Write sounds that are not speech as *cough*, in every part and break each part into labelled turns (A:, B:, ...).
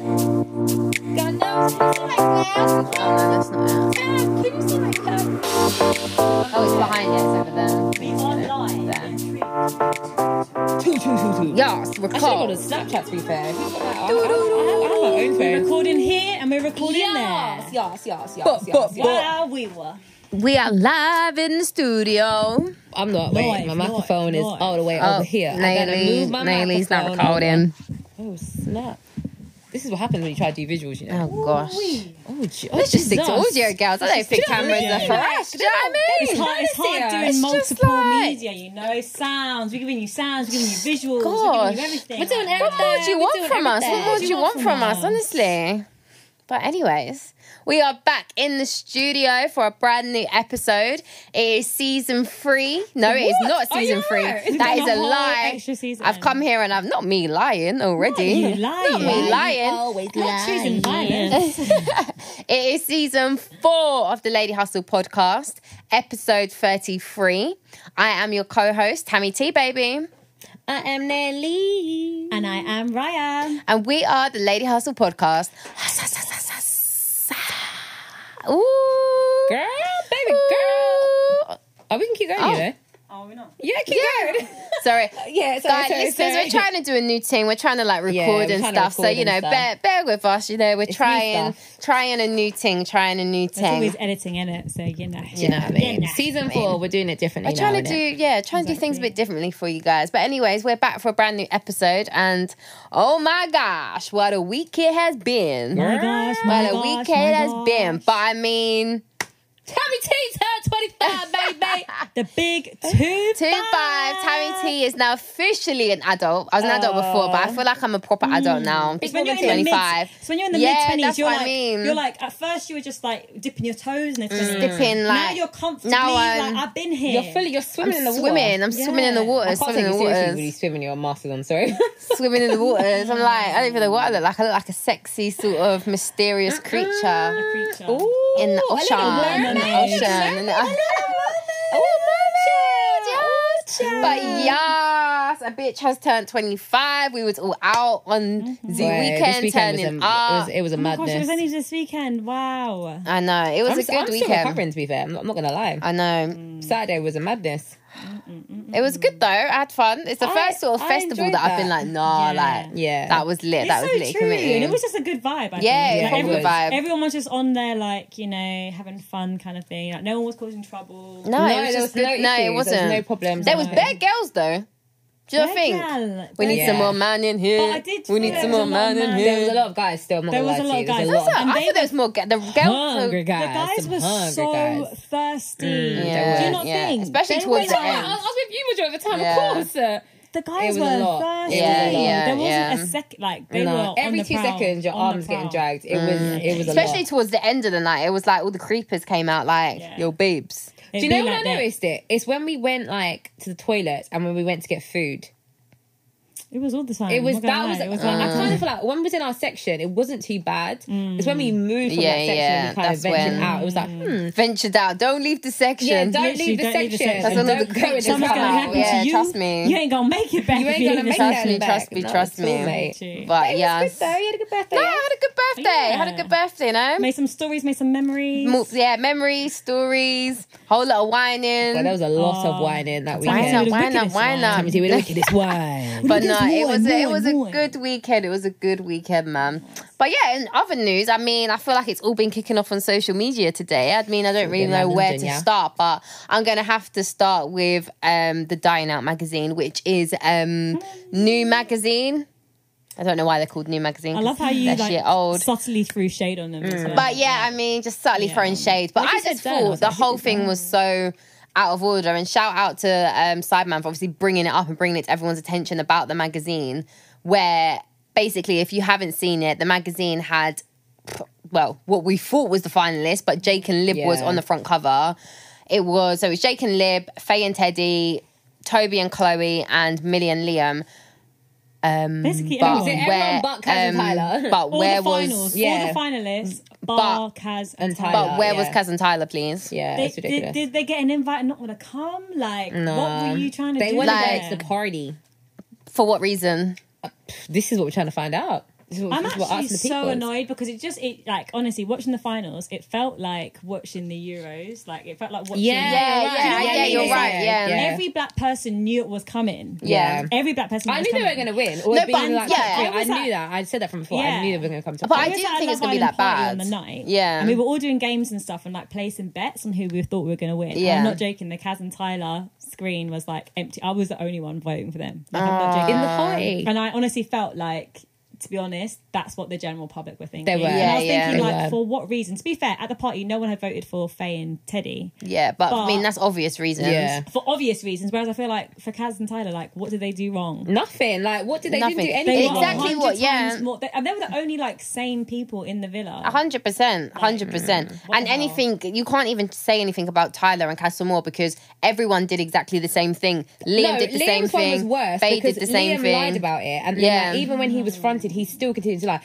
A: God knows. Can you see my glass?
B: Oh, no, that's not
A: God, can
B: it.
A: you see my cup?
B: Oh, it's behind us over there. There.
C: Two, two, two, two.
B: Yes, we're
D: I should have got a
B: called.
D: Snapchat to be fair. If you've got that, I have, I have, I have my own
C: We're
D: phone. recording here and we're recording
A: Yes, yes, yes, yes,
C: But-
A: yes,
C: but-
A: yes.
D: Wow, we were.
B: We are live in the studio. Oh,
D: I'm not. Wait, my microphone is all the way over here. I gotta
B: Naylee,
D: move my
B: Naylee's not
D: microphone
B: called
D: over.
B: in.
D: Oh snap! This is what happens when you try to do visuals, you know.
B: Oh gosh.
D: Oh, gee- oh,
B: Let's just stick to
D: Jesus.
B: audio, girls. I don't think cameras are for us. Do you know what I mean?
D: It's hard, it's
B: Honestly,
D: hard doing
B: it's just
D: multiple
B: like-
D: media, you know. Sounds. We're giving you sounds. We're giving you visuals. We're
B: Gosh.
D: giving you everything.
B: We're doing
D: Like,
B: everything. What more do you
D: we're
B: want
D: doing
B: from us?
D: everything.
B: What more do you want from us? Honestly. But anyways, we are back in the studio for a brand new episode. It is season three. No, it is
D: What?
B: not
D: Are
B: season
D: you
B: three.
D: right? It's
B: That
D: been
B: is
D: a
B: a
D: *laughs* whole
B: lie.
D: extra season.
B: I've come here and I've not me lying already.
D: Not you lying.
B: Not me lying.
D: Not choosing
B: *laughs*
D: violence.
B: It is season four of the Lady Hustle podcast, episode 33. I am your co-host, Tammy T baby.
D: I am Nelly. And I am Raya.
B: And we are the Lady Hustle Podcast. Ooh.
D: Girl, baby,
B: girl.
D: Oh, we can keep going,
B: Oh.
D: you know.
E: Oh, we're not.
D: Yeah, keep
B: *laughs*
D: going.
B: Sorry.
D: yeah, sorry,
B: Guys,
D: sorry,
B: listeners,
D: sorry.
B: we're trying to do a new thing. We're trying to like record
D: Yeah, we're
B: and
D: trying to
B: stuff. So,
D: record
B: you know,
D: and stuff.
B: bear bear with us, you know, we're
D: new
B: trying trying a new thing, trying a new
E: There's
B: thing.
E: always editing in it, so you know.
D: You know what I mean?
E: Yeah.
D: Season four, we're doing it differently.
B: We're trying
D: now,
B: to
D: innit?
B: do, yeah, trying to do things a bit differently for you guys. But, anyways, we're back for a brand new episode. And oh my gosh, what a week it has been.
E: My gosh, my
B: Well, a
E: gosh,
B: weekend
E: my
B: has
E: gosh.
B: been, but I mean,
D: Tommy T's
B: *laughs*
D: her 25, baby.
E: The big two.
B: two five. Tammy T is now officially an adult. I was an adult before, but I feel like I'm a proper adult now. I'm
E: Oh. Mm. It's
B: just
E: when you're in the mid,
B: 25.
E: it's when you're in the
B: Yeah,
E: mid
B: that's
E: twenties, you're
B: what I
E: like,
B: mean.
E: you're like, at first you were just like dipping your toes in the twenties,
B: Dipping,
E: Mm. now
B: like-
E: you're comfortably
B: now I'm-
E: like, I've been here.
D: You're fully, you're swimming in the water.
B: Swimming, I'm swimming in the
E: Yeah.
B: water,
D: I can't
B: swimming
D: take
B: in
D: you
B: the *laughs*
D: seriously when you
B: waters,
D: swim and you're a master's on, *laughs* sorry.
B: swimming in the waters. I'm like, I don't even know what I look like. I look like a sexy sort of mysterious creature
E: a creature.
D: *laughs*
B: in the
D: Ooh, a little
B: ocean, in the
E: mermaid.
B: ocean. in the- But
D: But yeah,
B: yes, a bitch has turned 25. We was all out on
D: Mm-hmm.
B: the weekend, turning
D: was a,
B: up.
D: It was, it was a
E: Gosh, it
D: madness.
E: was only this weekend. Wow.
B: I know. It was
D: I'm,
B: a good
D: I'm still
B: weekend.
D: recovering, to be fair. I'm not, I'm not gonna lie.
B: I know.
D: Saturday was a madness.
B: It was good though. I had fun. It's the
D: Mm-hmm. I-
B: first sort of
D: I
B: festival
D: enjoyed
B: that, I've been
D: that.
B: like, nah,
E: Yeah.
B: like,
D: Yeah.
B: that was lit.
E: It's
B: that was
E: so
B: lit.
E: true,
B: committed.
E: and it was just a good vibe. I
B: Yeah,
E: think.
B: it
D: was a good
E: everyone-
B: vibe.
E: Everyone was just on there, like you know, having fun, kind of thing. Like no one was causing trouble.
B: no, it was
D: there
B: just
D: was
B: good. No,
D: issues,
B: it wasn't.
D: There was
B: There
D: no problems.
B: was
D: no.
B: bad girls though. Do you
E: Bad
B: think
E: gal,
B: we need
E: bad
B: some
D: Yeah.
B: more man in here?
E: But I did
B: we
E: feel
B: need
E: there
B: some
E: was
B: more
E: a lot
B: man
E: of
B: in
E: man.
B: here.
D: There was a lot of guys still. I'm not
E: There
D: gonna
E: was a
D: lie
E: lot
D: to
E: of
D: you. There was
E: guys.
B: So,
D: a lot of
E: And
B: I
E: they
B: thought there was more. ga- The girls, were-
D: hungry
E: The
D: guys.
E: guys
D: some
E: were
D: hungry
E: so
D: guys.
E: thirsty.
B: yeah,
E: Do you not
B: Mm, yeah.
E: think?
B: Especially
E: They
B: towards
E: were-
B: the end.
D: was with you majority of the time,
B: Yeah.
D: Uh,
E: The
D: It
E: guys
D: was
E: were
D: a lot.
E: thirsty.
D: It was a lot.
B: Yeah,
E: there wasn't
B: yeah.
E: a second. Like they
D: no.
E: were on
D: every
E: the
D: two
E: prowl,
D: seconds, your
E: on the
D: arms getting
E: prowl.
D: dragged. It was it was a
B: Especially
D: lot.
B: towards the end of the night, it was like all the creepers came out like,
E: Yeah.
B: yo, babes.
E: It'd
D: Do you
E: be
D: know when
E: like
D: I
E: that.
D: noticed it? It's when we went like to the toilet and when we went to get food.
E: It was all the time.
D: It
E: Oh, I'm
D: was
E: not gonna
D: that was, uh,
E: lie. It was
D: like,
E: like
D: I kind of feel like when we was in our section, it wasn't too bad. It's when we moved from
B: Yeah,
D: that section
B: yeah,
D: and we kind
B: that's
D: of ventured
B: when-
D: out. It was like, hmm,
B: Ventured out. Don't leave the section.
D: yeah, don't
E: Literally,
D: leave the
E: don't leave the section.
D: section.
B: That's
D: and
B: one of the
D: don't go in
B: creatures
D: this
E: something's
B: come
E: gonna
D: house.
B: out.
E: happen
B: Yeah,
E: to you.
B: trust me.
E: You ain't gonna make it back.
D: You
E: if
D: ain't gonna
E: leave
D: make
E: this.
B: Trust
D: that
B: me,
D: back.
B: trust me,
D: No,
B: trust
D: it's all
B: me.
D: right.
E: Literally.
B: But
D: It
B: yeah.
D: was good though. You had a good birthday.
B: No, I
D: yeah?
B: had a good birthday. I had a good birthday, you know?
E: Made some stories, made some memories.
B: Mo- yeah, memories, stories, whole lot of whining.
D: Well, there was a lot of
E: Oh.
D: whining that
E: Why
B: why
E: yeah.
B: not?
E: not?
B: Why
D: weekend.
E: Look at
B: not?
E: this
B: Why
E: one.
B: not?
D: Timothy, we're the
E: *laughs*
D: wickedest wine.
B: But no,
E: Look at this
B: it
E: boy,
B: was a, it
E: boy,
B: was a
E: boy.
B: good weekend. It was a good weekend, man. But yeah, in other news, I mean, I feel like it's all been kicking off on social media today. I mean, I don't really
D: been
B: know
D: random,
B: where
D: didn't
B: to
D: ya?
B: start, but I'm gonna have to start with um the Dying Out magazine, which is
E: Hmm.
B: um new magazine. I don't know why they're called new magazine.
E: I love how
B: 'cause
E: you
B: they're
E: like
B: shit old.
E: subtly threw shade on them.
D: Mm.
E: as well.
B: But yeah, I mean, just subtly
E: Yeah.
B: throwing shade. But
E: Like you
B: I just
E: said, Dan, I
B: thought
E: was
B: the
E: like,
B: whole thing was so out of order. And shout out to um, Sideman for obviously bringing it up and bringing it to everyone's attention about the magazine, where basically, if you haven't seen it, the magazine had, well, what we thought was the finalist, but Jake and Lib was
D: Yeah.
B: on the front cover. It was, so it was Jake and Lib, Faye and Teddy, Toby and Chloe, and Millie and Liam. Um,
E: Basically
B: but
E: everyone.
D: Everyone
B: where, um,
D: but Kaz and Tyler.
B: But
E: all
B: where
E: the finals,
B: was
D: yeah. Mm.
E: all the finalists, bar, Kaz, and
D: and
E: Tyler.
B: but
D: Tyler,
B: where was
D: yeah.
B: cousin Tyler, please?
D: Yeah,
E: They,
D: it's ridiculous.
E: did, did they get an invite and not want to come? Like,
D: No.
E: what were you trying to
D: they
E: do?
D: wanted
B: Like-
D: to go to the party.
B: For what reason?
D: this is what we're trying to find out. This is what,
E: I'm
D: this is what
E: actually
D: asking the
E: so
D: people is.
E: annoyed because it just it like honestly watching the finals, it felt like watching the Euros. Like it felt like watching.
D: Yeah,
B: Yeah,
D: you're right.
B: yeah,
D: Yeah,
B: yeah, you're
D: yeah,
B: right.
D: yeah.
B: Yeah.
D: Yeah.
E: Every black person knew it was coming.
B: Yeah.
E: Every black person.
D: I
E: was
D: knew they
E: coming.
D: were going to win. Or
B: No,
D: being
B: but-
D: like,
B: yeah.
D: yeah,
B: I
D: I
E: was
D: knew
E: at-
D: that. I said that from before. I
E: Yeah.
D: knew they were going to come to.
B: But I
E: was
B: didn't
E: at a
B: think it was
E: Love
B: gonna be
E: Island
B: that
E: party
B: bad.
E: On the night,
B: Yeah.
E: and we were all doing games and stuff, and like placing bets on who we thought we were going to win.
B: Yeah.
E: I'm not joking. The Kaz and Tyler screen was like empty. I was the only one voting for them. Like, I'm
B: Ah.
E: not joking.
D: in the party.
E: And I honestly felt like, to be honest, that's what the general public were thinking.
D: They were.
E: and I was
B: Yeah, yeah.
E: thinking,
D: They
E: like,
D: were.
E: for what reason? To be fair, at the party, no one had voted for Faye and Teddy
B: Yeah, but, I mean
E: But-
B: that's obvious reasons.
D: Yeah.
E: for obvious reasons. Whereas I feel like for Kaz and Tyler, like, what did they do wrong?
D: Nothing. Like, what did they
B: Nothing.
D: didn't
E: They
D: do? Anything.
E: were
B: Exactly
E: 100
B: what- yeah.
E: times More, they, and they were the only like same people in the villa.
B: hundred percent, hundred percent,
D: Mm.
B: and
E: the hell?
B: anything you can't even say anything about Tyler and Castlemore because everyone did exactly the same thing. Liam
D: no,
B: did the
D: Liam's
B: same
D: one
B: thing.
D: was worse
B: Faye
D: because
B: did the same
D: Liam
B: thing.
D: lied about it, and then,
B: Yeah.
D: like, even when he was fronted, he still continued to lie.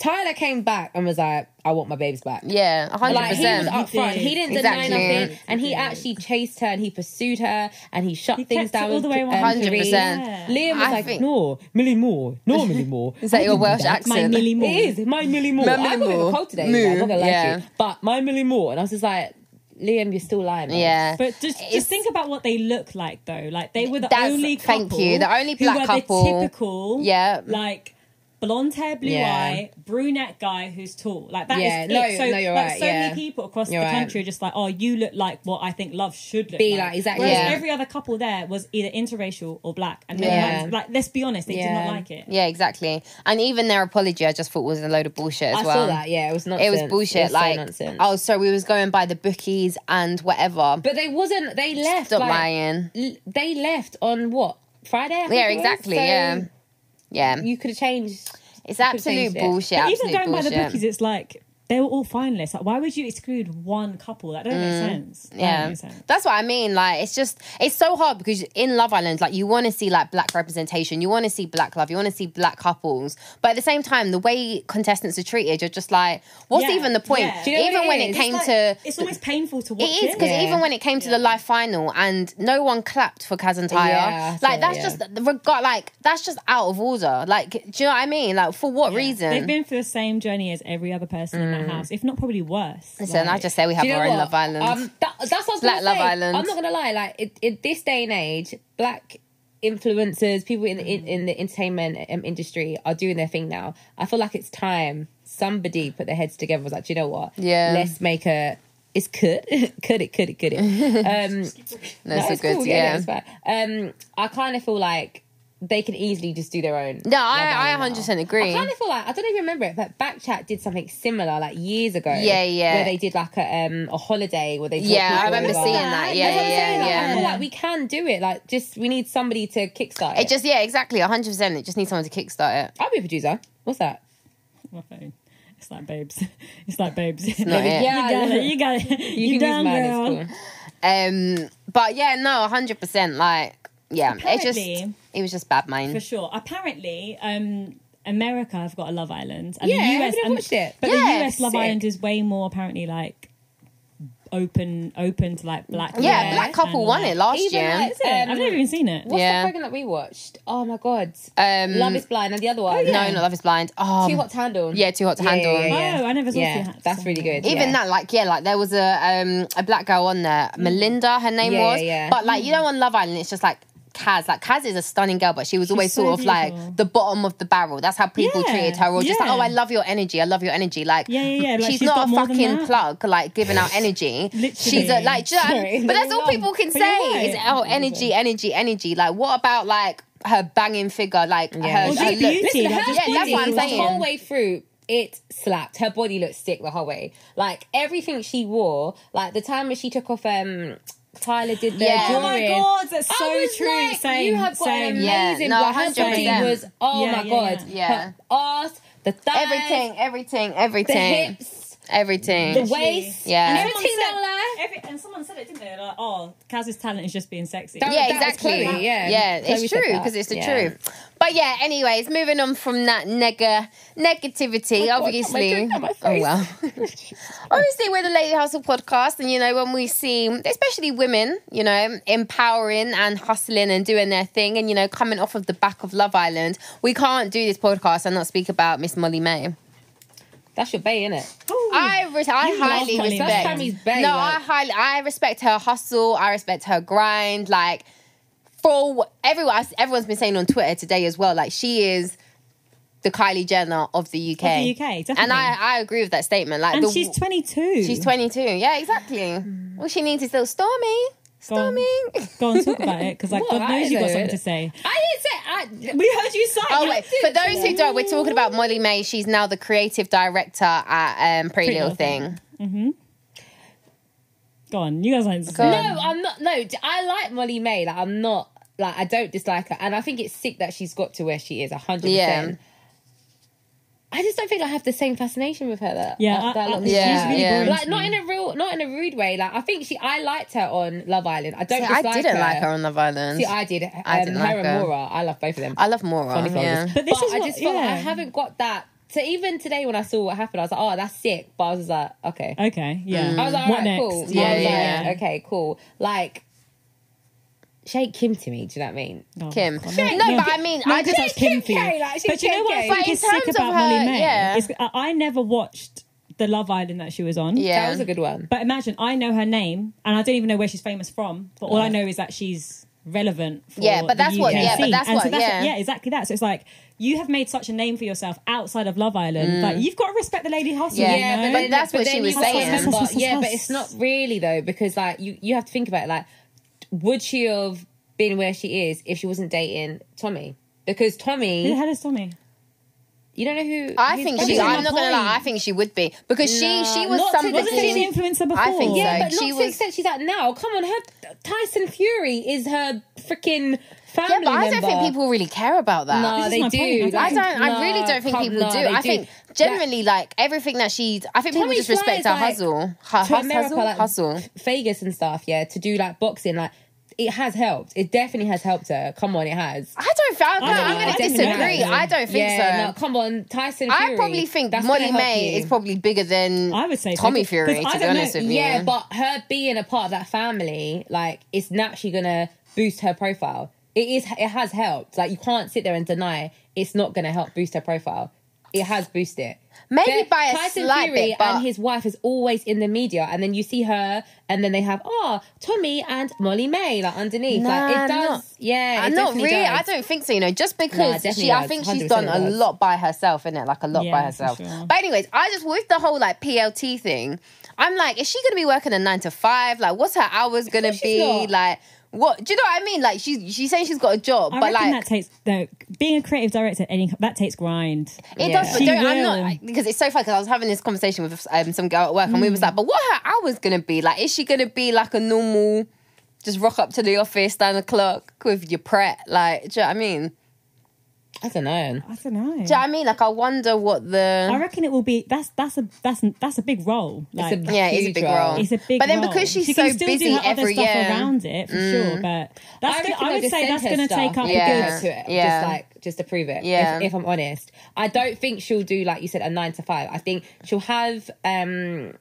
D: Tyler came back and was like, "I want my babies back."
B: yeah, hundred
D: Like he was
B: percent.
D: upfront.
E: did.
D: He didn't
B: Exactly.
D: deny
B: He
D: nothing, and he actually chased her and he pursued her and he shut
E: He
D: things
E: kept it
D: down.
E: all
D: with,
E: the way
D: um,
E: around.
B: 100%.
D: Kareem.
E: Yeah.
D: Liam was
B: I
D: like,
B: think-
D: "No, Millie Moore,
B: *laughs*
D: no Millie Moore."
B: Is that your Welsh accent?
E: My Millie Moore.
D: It is my Millie Moore.
B: My
D: I
B: Millie
D: got a bit of
B: Moore.
D: a cold today, you know, I'm not gonna lie
B: Yeah.
D: to you. But my Millie Moore, and I was just like, Liam, you're still lying. man.
B: Yeah,
E: But just,
B: It's-
E: just think about what they look like, though. Like they were the
B: That's-
E: only couple.
B: thank you, the only
E: who
B: black
E: were
B: couple.
E: The typical,
B: Yeah.
E: like blonde hair, blue
D: Yeah.
E: eye, brunette guy who's tall. Like that is
D: Yeah,
E: it.
D: no,
E: so
D: no, you're
E: like,
D: right,
E: so
D: yeah.
E: many people across
D: You're
E: the
D: right.
E: country are just like, oh, you look like what I think love should look
D: Be
E: like.
D: like, exactly.
E: Whereas
B: Yeah.
E: every other couple there was either interracial or black, and they
D: Yeah.
E: were like, like, let's be honest, they did
D: Yeah.
E: not like it.
B: yeah, exactly. And even their apology, I just thought was a load of bullshit as
D: I
B: well.
D: saw that. Yeah, it was
B: It
D: nonsense.
B: was bullshit.
D: so
B: like,
D: nonsense.
B: oh, sorry, we was going by the bookies and whatever.
D: But they wasn't. They left.
B: Stop
D: like,
B: lying.
D: l- They left on what Friday. I think
B: Yeah,
D: it was?
B: exactly.
D: So
B: yeah, yeah.
D: You could have changed.
B: It's
D: could
B: absolute
D: change it.
B: bullshit.
E: But
B: absolute
E: even going
B: bullshit.
E: by the bookies, it's like they were all finalists. Like, why would you exclude one couple? That doesn't make sense. That
B: Mm. Yeah,
E: doesn't make sense.
B: that's what I mean. Like, it's just it's so hard because in Love Island, like, you want to see like black representation, you want to see black love, you want to see black couples, but at the same time, the way contestants are treated, you're just like, what's
E: Yeah,
B: even the point?
E: yeah. Do
D: you know what
B: even
D: it
B: when
D: is?
B: it
D: It's
B: came
E: Like,
B: to.
E: it's always painful to
B: Uh, It
E: watch.
B: is because
D: Yeah.
B: even when it came to the live final and no one clapped for Kaz and Tyre,
D: Yeah, I saw
B: like
D: it,
B: that's
D: yeah.
B: just the regard, like that's just out of order. Like, do you know what I mean? Like, for what reason?
E: They've been through the same journey as every other person in
D: Mm.
E: that house, if not probably worse.
B: Listen, I
E: Like,
B: just say we have
D: Do you know
B: our own
D: what?
B: Love Island.
D: Um, that, that's what I was
B: Black
D: gonna
B: Love
D: say.
B: Island.
D: I'm not gonna lie. Like it, it, this day and age, black influencers, people in the in, in the entertainment um, industry are doing their thing now. I feel like it's time somebody put their heads together. and Was like, "Do you know what?
B: Yeah.
D: let's make a. It's could, *laughs* could it, could it, could it.
B: *laughs*
D: Um,
B: no, it's
D: No,
B: all
D: it's
B: good.
D: cool,
B: yeah.
D: no, it's fine. Um, I kind of feel like they can easily just do their own.
B: No, I, I
D: Love Island
B: 100%
D: now.
B: agree.
D: I kind of feel like I don't even remember it, but Backchat did something similar like years ago.
B: Yeah, yeah.
D: Where they did like a um a holiday where they brought
B: Yeah, I
D: people
B: remember
D: over.
B: seeing that. Yeah,
D: That's what I'm saying,
B: yeah,
D: like, I
B: yeah.
D: feel like we can do it. Like, just we need somebody to kickstart it.
B: It just yeah, exactly, hundred percent. It just needs someone to kickstart it.
D: I'll be a producer. What's that?
E: my phone. It's like babes. *laughs* It's like babes.
B: not it.
E: *laughs* You got it. You got it. You,
D: *laughs* You, can
E: done,
D: use mine.
E: girl.
D: It's cool.
B: Um, but yeah, no, hundred percent. Like yeah, it just
E: Apparently-
B: it was just bad
E: For
B: mind.
E: sure. Apparently, um, America have got a Love Island. And
D: Yeah,
E: the US,
D: everyone
E: and-
D: watched it.
E: But
B: Yeah,
E: the US Love
D: sick.
E: Island is way more apparently like open, open to like black.
B: Yeah,
E: men
B: black couple
E: and,
B: won
E: like-
B: it last
D: Even
B: year.
D: like,
E: Yeah,
D: um,
E: I've never even seen it.
D: What's
B: Yeah.
D: the program that we watched? Oh my god,
B: um,
D: Love is Blind and the other one.
B: no, not Love is Blind. Oh,
D: Too Hot to Handle.
B: yeah, too hot to
D: Yeah,
B: handle.
D: yeah, yeah.
E: Oh, I never saw
D: Yeah,
E: Two Hats.
D: that's really good.
B: Even
D: yeah.
B: that, like, yeah, like there was a um a black girl on there,
E: Mm.
B: Melinda, her name
D: Yeah,
B: was.
D: yeah, yeah.
B: But like, you know, on Love Island, it's just like Kaz. Like, Kaz is a stunning girl, but she was always
E: so
B: sort of
E: beautiful.
B: like the bottom of the barrel. That's how people
E: Yeah,
B: treated her, or just like,
E: yeah.
B: oh, I love your energy, I love your energy. Like,
E: Yeah, yeah, yeah, like,
B: she's,
E: she's
B: not
E: got
B: a
E: more than
B: fucking
E: that.
B: plug, like giving out energy. she's a
E: Literally.
B: like, do you know what I mean?
D: Sorry,
B: but that's
D: you're
B: all
D: right.
B: people can
E: But you're
B: say
E: right.
B: is oh, energy, energy, energy. Like, what about like her banging figure, like her,
E: Or just
B: her look-
E: beauty,
D: Listen,
E: like,
D: her
E: just
B: yeah, that's
D: body,
B: what I'm
D: the
B: saying.
D: whole way through, it slapped. Her body looked sick the whole way. Like everything she wore, like the time when she took off um Tyler did the
B: Yeah.
E: Oh
D: drawing.
E: my god, that's so
D: I was
E: true.
D: Like,
E: same,
D: you have got
E: same.
D: an
B: Yeah,
D: amazing
B: no,
D: yeah, no, body
B: 100%.
D: was oh
E: Yeah,
D: my
E: yeah,
D: god.
B: yeah. Yeah.
D: Her ass, the thighs,
B: everything, everything,
D: the
B: everything.
D: hips.
B: everything.
E: The
D: waist.
B: Yeah.
D: And
B: And
D: everything
E: someone
D: don't
E: said-
D: lie.
E: Every, and someone said it, didn't they? Like, oh, Kaz's talent is just being sexy.
D: Don't-
E: Yeah.
B: yeah,
D: that was
B: exactly.
D: Chloe, yeah.
B: yeah,
D: Chloe
B: it's
D: said
B: true
D: that,
B: because it's the
D: yeah.
B: truth. But yeah, anyways, moving on from that nega negativity,
D: God,
B: obviously.
D: not my
B: oh
D: face.
B: well.
E: *laughs*
B: *laughs* obviously, we're the Lady Hustle podcast, and you know when we see, especially women, you know, empowering and hustling and doing their thing, and you know coming off of the back of Love Island, we can't do this podcast and not speak about Miss Molly May.
D: That's your bay, innit?
B: I re- I
E: love Molly
B: highly
E: May.
B: respect.
E: That's
D: Tammy's bae,
B: no,
D: like-
B: I highly I respect her hustle. I respect her grind. Like for wh- everyone, everyone's been saying on Twitter today as well. Like she is the Kylie Jenner of the UK.
E: Of the UK, definitely.
B: And I, I agree with that statement. Like
E: And
B: the,
E: she's 22.
B: she's 22. Yeah, exactly. All she needs is little stormy.
E: Go on.
B: Stormy.
E: *laughs* Go and talk about it because like,
D: What?
E: God
D: I
E: knows you've got
D: know
E: something
D: it.
E: to say.
D: I didn't say. I,
E: We heard you say.
B: Oh wait, for those who don't, we're talking about Molly May. She's now the creative director at um, Pretty, Little Thing.
E: Go on. You guys aren't.
B: Go on.
D: No, I'm not. No, d- I like Molly May. Like, I'm not. Like, I don't dislike her, and I think it's sick that she's got to where she is. hundred
B: Yeah.
D: percent. I just don't think I have the same fascination with her. That
E: Yeah,
D: that,
E: I-
D: that
E: I-
D: lot-
E: she's
B: Yeah,
E: really
B: yeah.
E: boring
D: Like
E: to
D: not
E: me.
D: in a real, not in a rude way. Like I think she, I liked her on Love Island. I don't.
B: See, I
D: dislike
B: didn't
D: her.
B: like her on Love Island.
D: See, I did. Um,
B: I didn't
D: her
B: like
D: and
B: her.
D: Mora, I love both of them.
B: I love Mora.
D: Funny
B: Yeah.
D: colours.
E: But this is
D: I
E: what-
D: just felt like I
E: yeah.
D: haven't got that. So even today when I saw what happened, I was like, oh, that's sick. But I was like, okay.
E: Okay. Yeah.
B: Mm.
D: I was like,
E: what
D: alright,
E: next?
D: cool.
B: Yeah,
D: I was
B: yeah.
D: like, okay, cool. Like, shake Kim to me. Do you know what I mean?
E: Oh,
B: Kim.
E: God,
B: No, but I mean,
E: No,
B: I
E: because
B: just
E: that's Kim for you.
D: K, like, she's
E: but you know what
D: Kim
E: I
D: K.
E: think
B: But
E: is
B: in
E: sick
B: terms
E: about
B: of her-
E: Molly May?
B: yeah.
E: It's- I, I never watched the Love Island that she was on.
B: yeah,
D: That was a good one.
E: But imagine I know her name and I don't even know where she's famous from, but all I know is that she's relevant for
B: Yeah, but
E: the
B: that's what-
E: UK
B: yeah, but
E: scene.
B: that's
E: And so
B: what- yeah.
E: yeah, exactly that. So it's like you have made such a name for yourself outside of Love Island. Like you've got to respect the lady hustle.
B: Mm. Yeah,
E: you
D: Yeah,
E: know?
D: but, then,
B: that's
D: but
B: what
D: then
B: she
D: you
B: was
D: have to
B: saying.
D: *laughs* remember-
E: Hustle,
D: yeah, but
E: hustle.
D: it's not really though because like you you have to think about it. Like, would she have been where she is if she wasn't dating Tommy? Because
E: who the
D: Tommy,
E: hell is Tommy?
D: you don't know who.
B: I
D: who's
B: think
D: Tommy
B: she.
E: That's
B: I'm
E: my
B: not gonna lie. I
E: point.
B: think she would be because she
D: Nah,
B: she was
D: not to-
B: somebody.
E: Wasn't she an influencer before?
B: I think
D: Yeah,
B: so.
D: but
B: she
D: not to the
B: was-
D: extent she's at now. Come on, her Tyson Fury is her freaking family
B: yeah, but I don't think
D: member.
B: people really care about that.
D: No,
E: is
D: they
E: my
D: do.
E: point. I don't
B: I don't.
D: No,
B: I really don't think
D: come-
B: people
D: no,
B: do.
D: they
B: I think generally, like everything that she's. I think people
D: Tommy
B: just respect her
D: Fly's like-
B: hustle. Her
D: to
B: hus-
D: America,
B: hustle.
D: like-
B: hustle.
D: Vegas and stuff, yeah, to do like boxing, like it has helped. It definitely has helped her. Come on, it has.
B: I don't. fi- I, no,
E: I don't
B: I'm
E: know.
B: gonna
E: I didn't know that,
B: disagree.
E: though.
B: I don't think
D: yeah,
B: so.
D: no, come on, Tyson.
B: I
D: Fury,
B: probably think
D: that's
B: Molly
D: gonna help
B: May
D: you.
B: is probably bigger than
E: I would say so,
B: Tommy
E: 'cause-
B: Fury.
E: 'cause
B: To
E: I
B: be
E: don't know-
B: honest with you,
D: yeah, but her being a part of that family, like, it's naturally gonna boost her profile. It is. It has helped. Like, you can't sit there and deny it's not gonna help boost her profile. It has boosted it.
B: maybe
D: They're-
B: by a
D: Tyson
B: slight
D: Fury
B: bit. But
D: and his wife is always in the media, and then you see her, and then they have oh Tommy and Molly May like underneath. like
B: Nah,
D: it does,
B: not-
D: yeah.
B: I'm
D: it
B: not
D: definitely
B: really.
D: Does.
B: I don't think so. You know, just
D: Nah,
B: because
D: definitely
B: she, I
D: does.
B: think she's
D: 100%
B: done a
D: does.
B: lot by herself, innit? Like a lot
E: Yeah,
B: by
E: for
B: herself.
E: sure.
B: But anyways, I just with the whole like PLT thing, I'm like, is she gonna be working a nine to five? Like, what's her hours gonna
D: she's
B: be?
D: not.
B: Like, what? Do you know what I mean? Like, she's she's saying she's got a job,
E: I
B: but
E: reckon
B: like.
E: that takes no, being a creative director. Any that takes grind.
B: It
D: Yeah.
B: does, but
E: She
B: don't, I'm
E: will.
B: not I- because it's so funny. Because I was having this conversation with um, some girl at work, and we
E: Hmm.
B: was like, "But what are her hours gonna be? Like, is she gonna be like a normal, just rock up to the office nine o'clock with your prep? Like, do you know what I mean?
D: I don't know.
E: I don't know.
B: Do you know what I mean? Like, I wonder what the
E: I reckon it will be. That's that's a that's that's a big role. Like,
D: a-
B: yeah, it's a
D: huge
B: big
D: role.
B: role.
E: It's a big
B: But then
E: role.
B: because she's
E: she
B: so
E: can still
B: busy
E: do her
B: every
E: other
B: year, Mm.
E: stuff around it for sure. But that's
D: I,
E: gonna,
D: reckon
E: I
D: they'll
E: would
D: just
E: say
D: send
E: that's
D: her
E: going to
D: stuff
E: take up
D: and
B: Yeah.
E: a
D: give
E: good.
D: her to it,
B: Yeah.
D: just like just to prove it.
B: Yeah.
D: If, if I'm honest, I don't think she'll do like you said a nine to five. I think she'll have um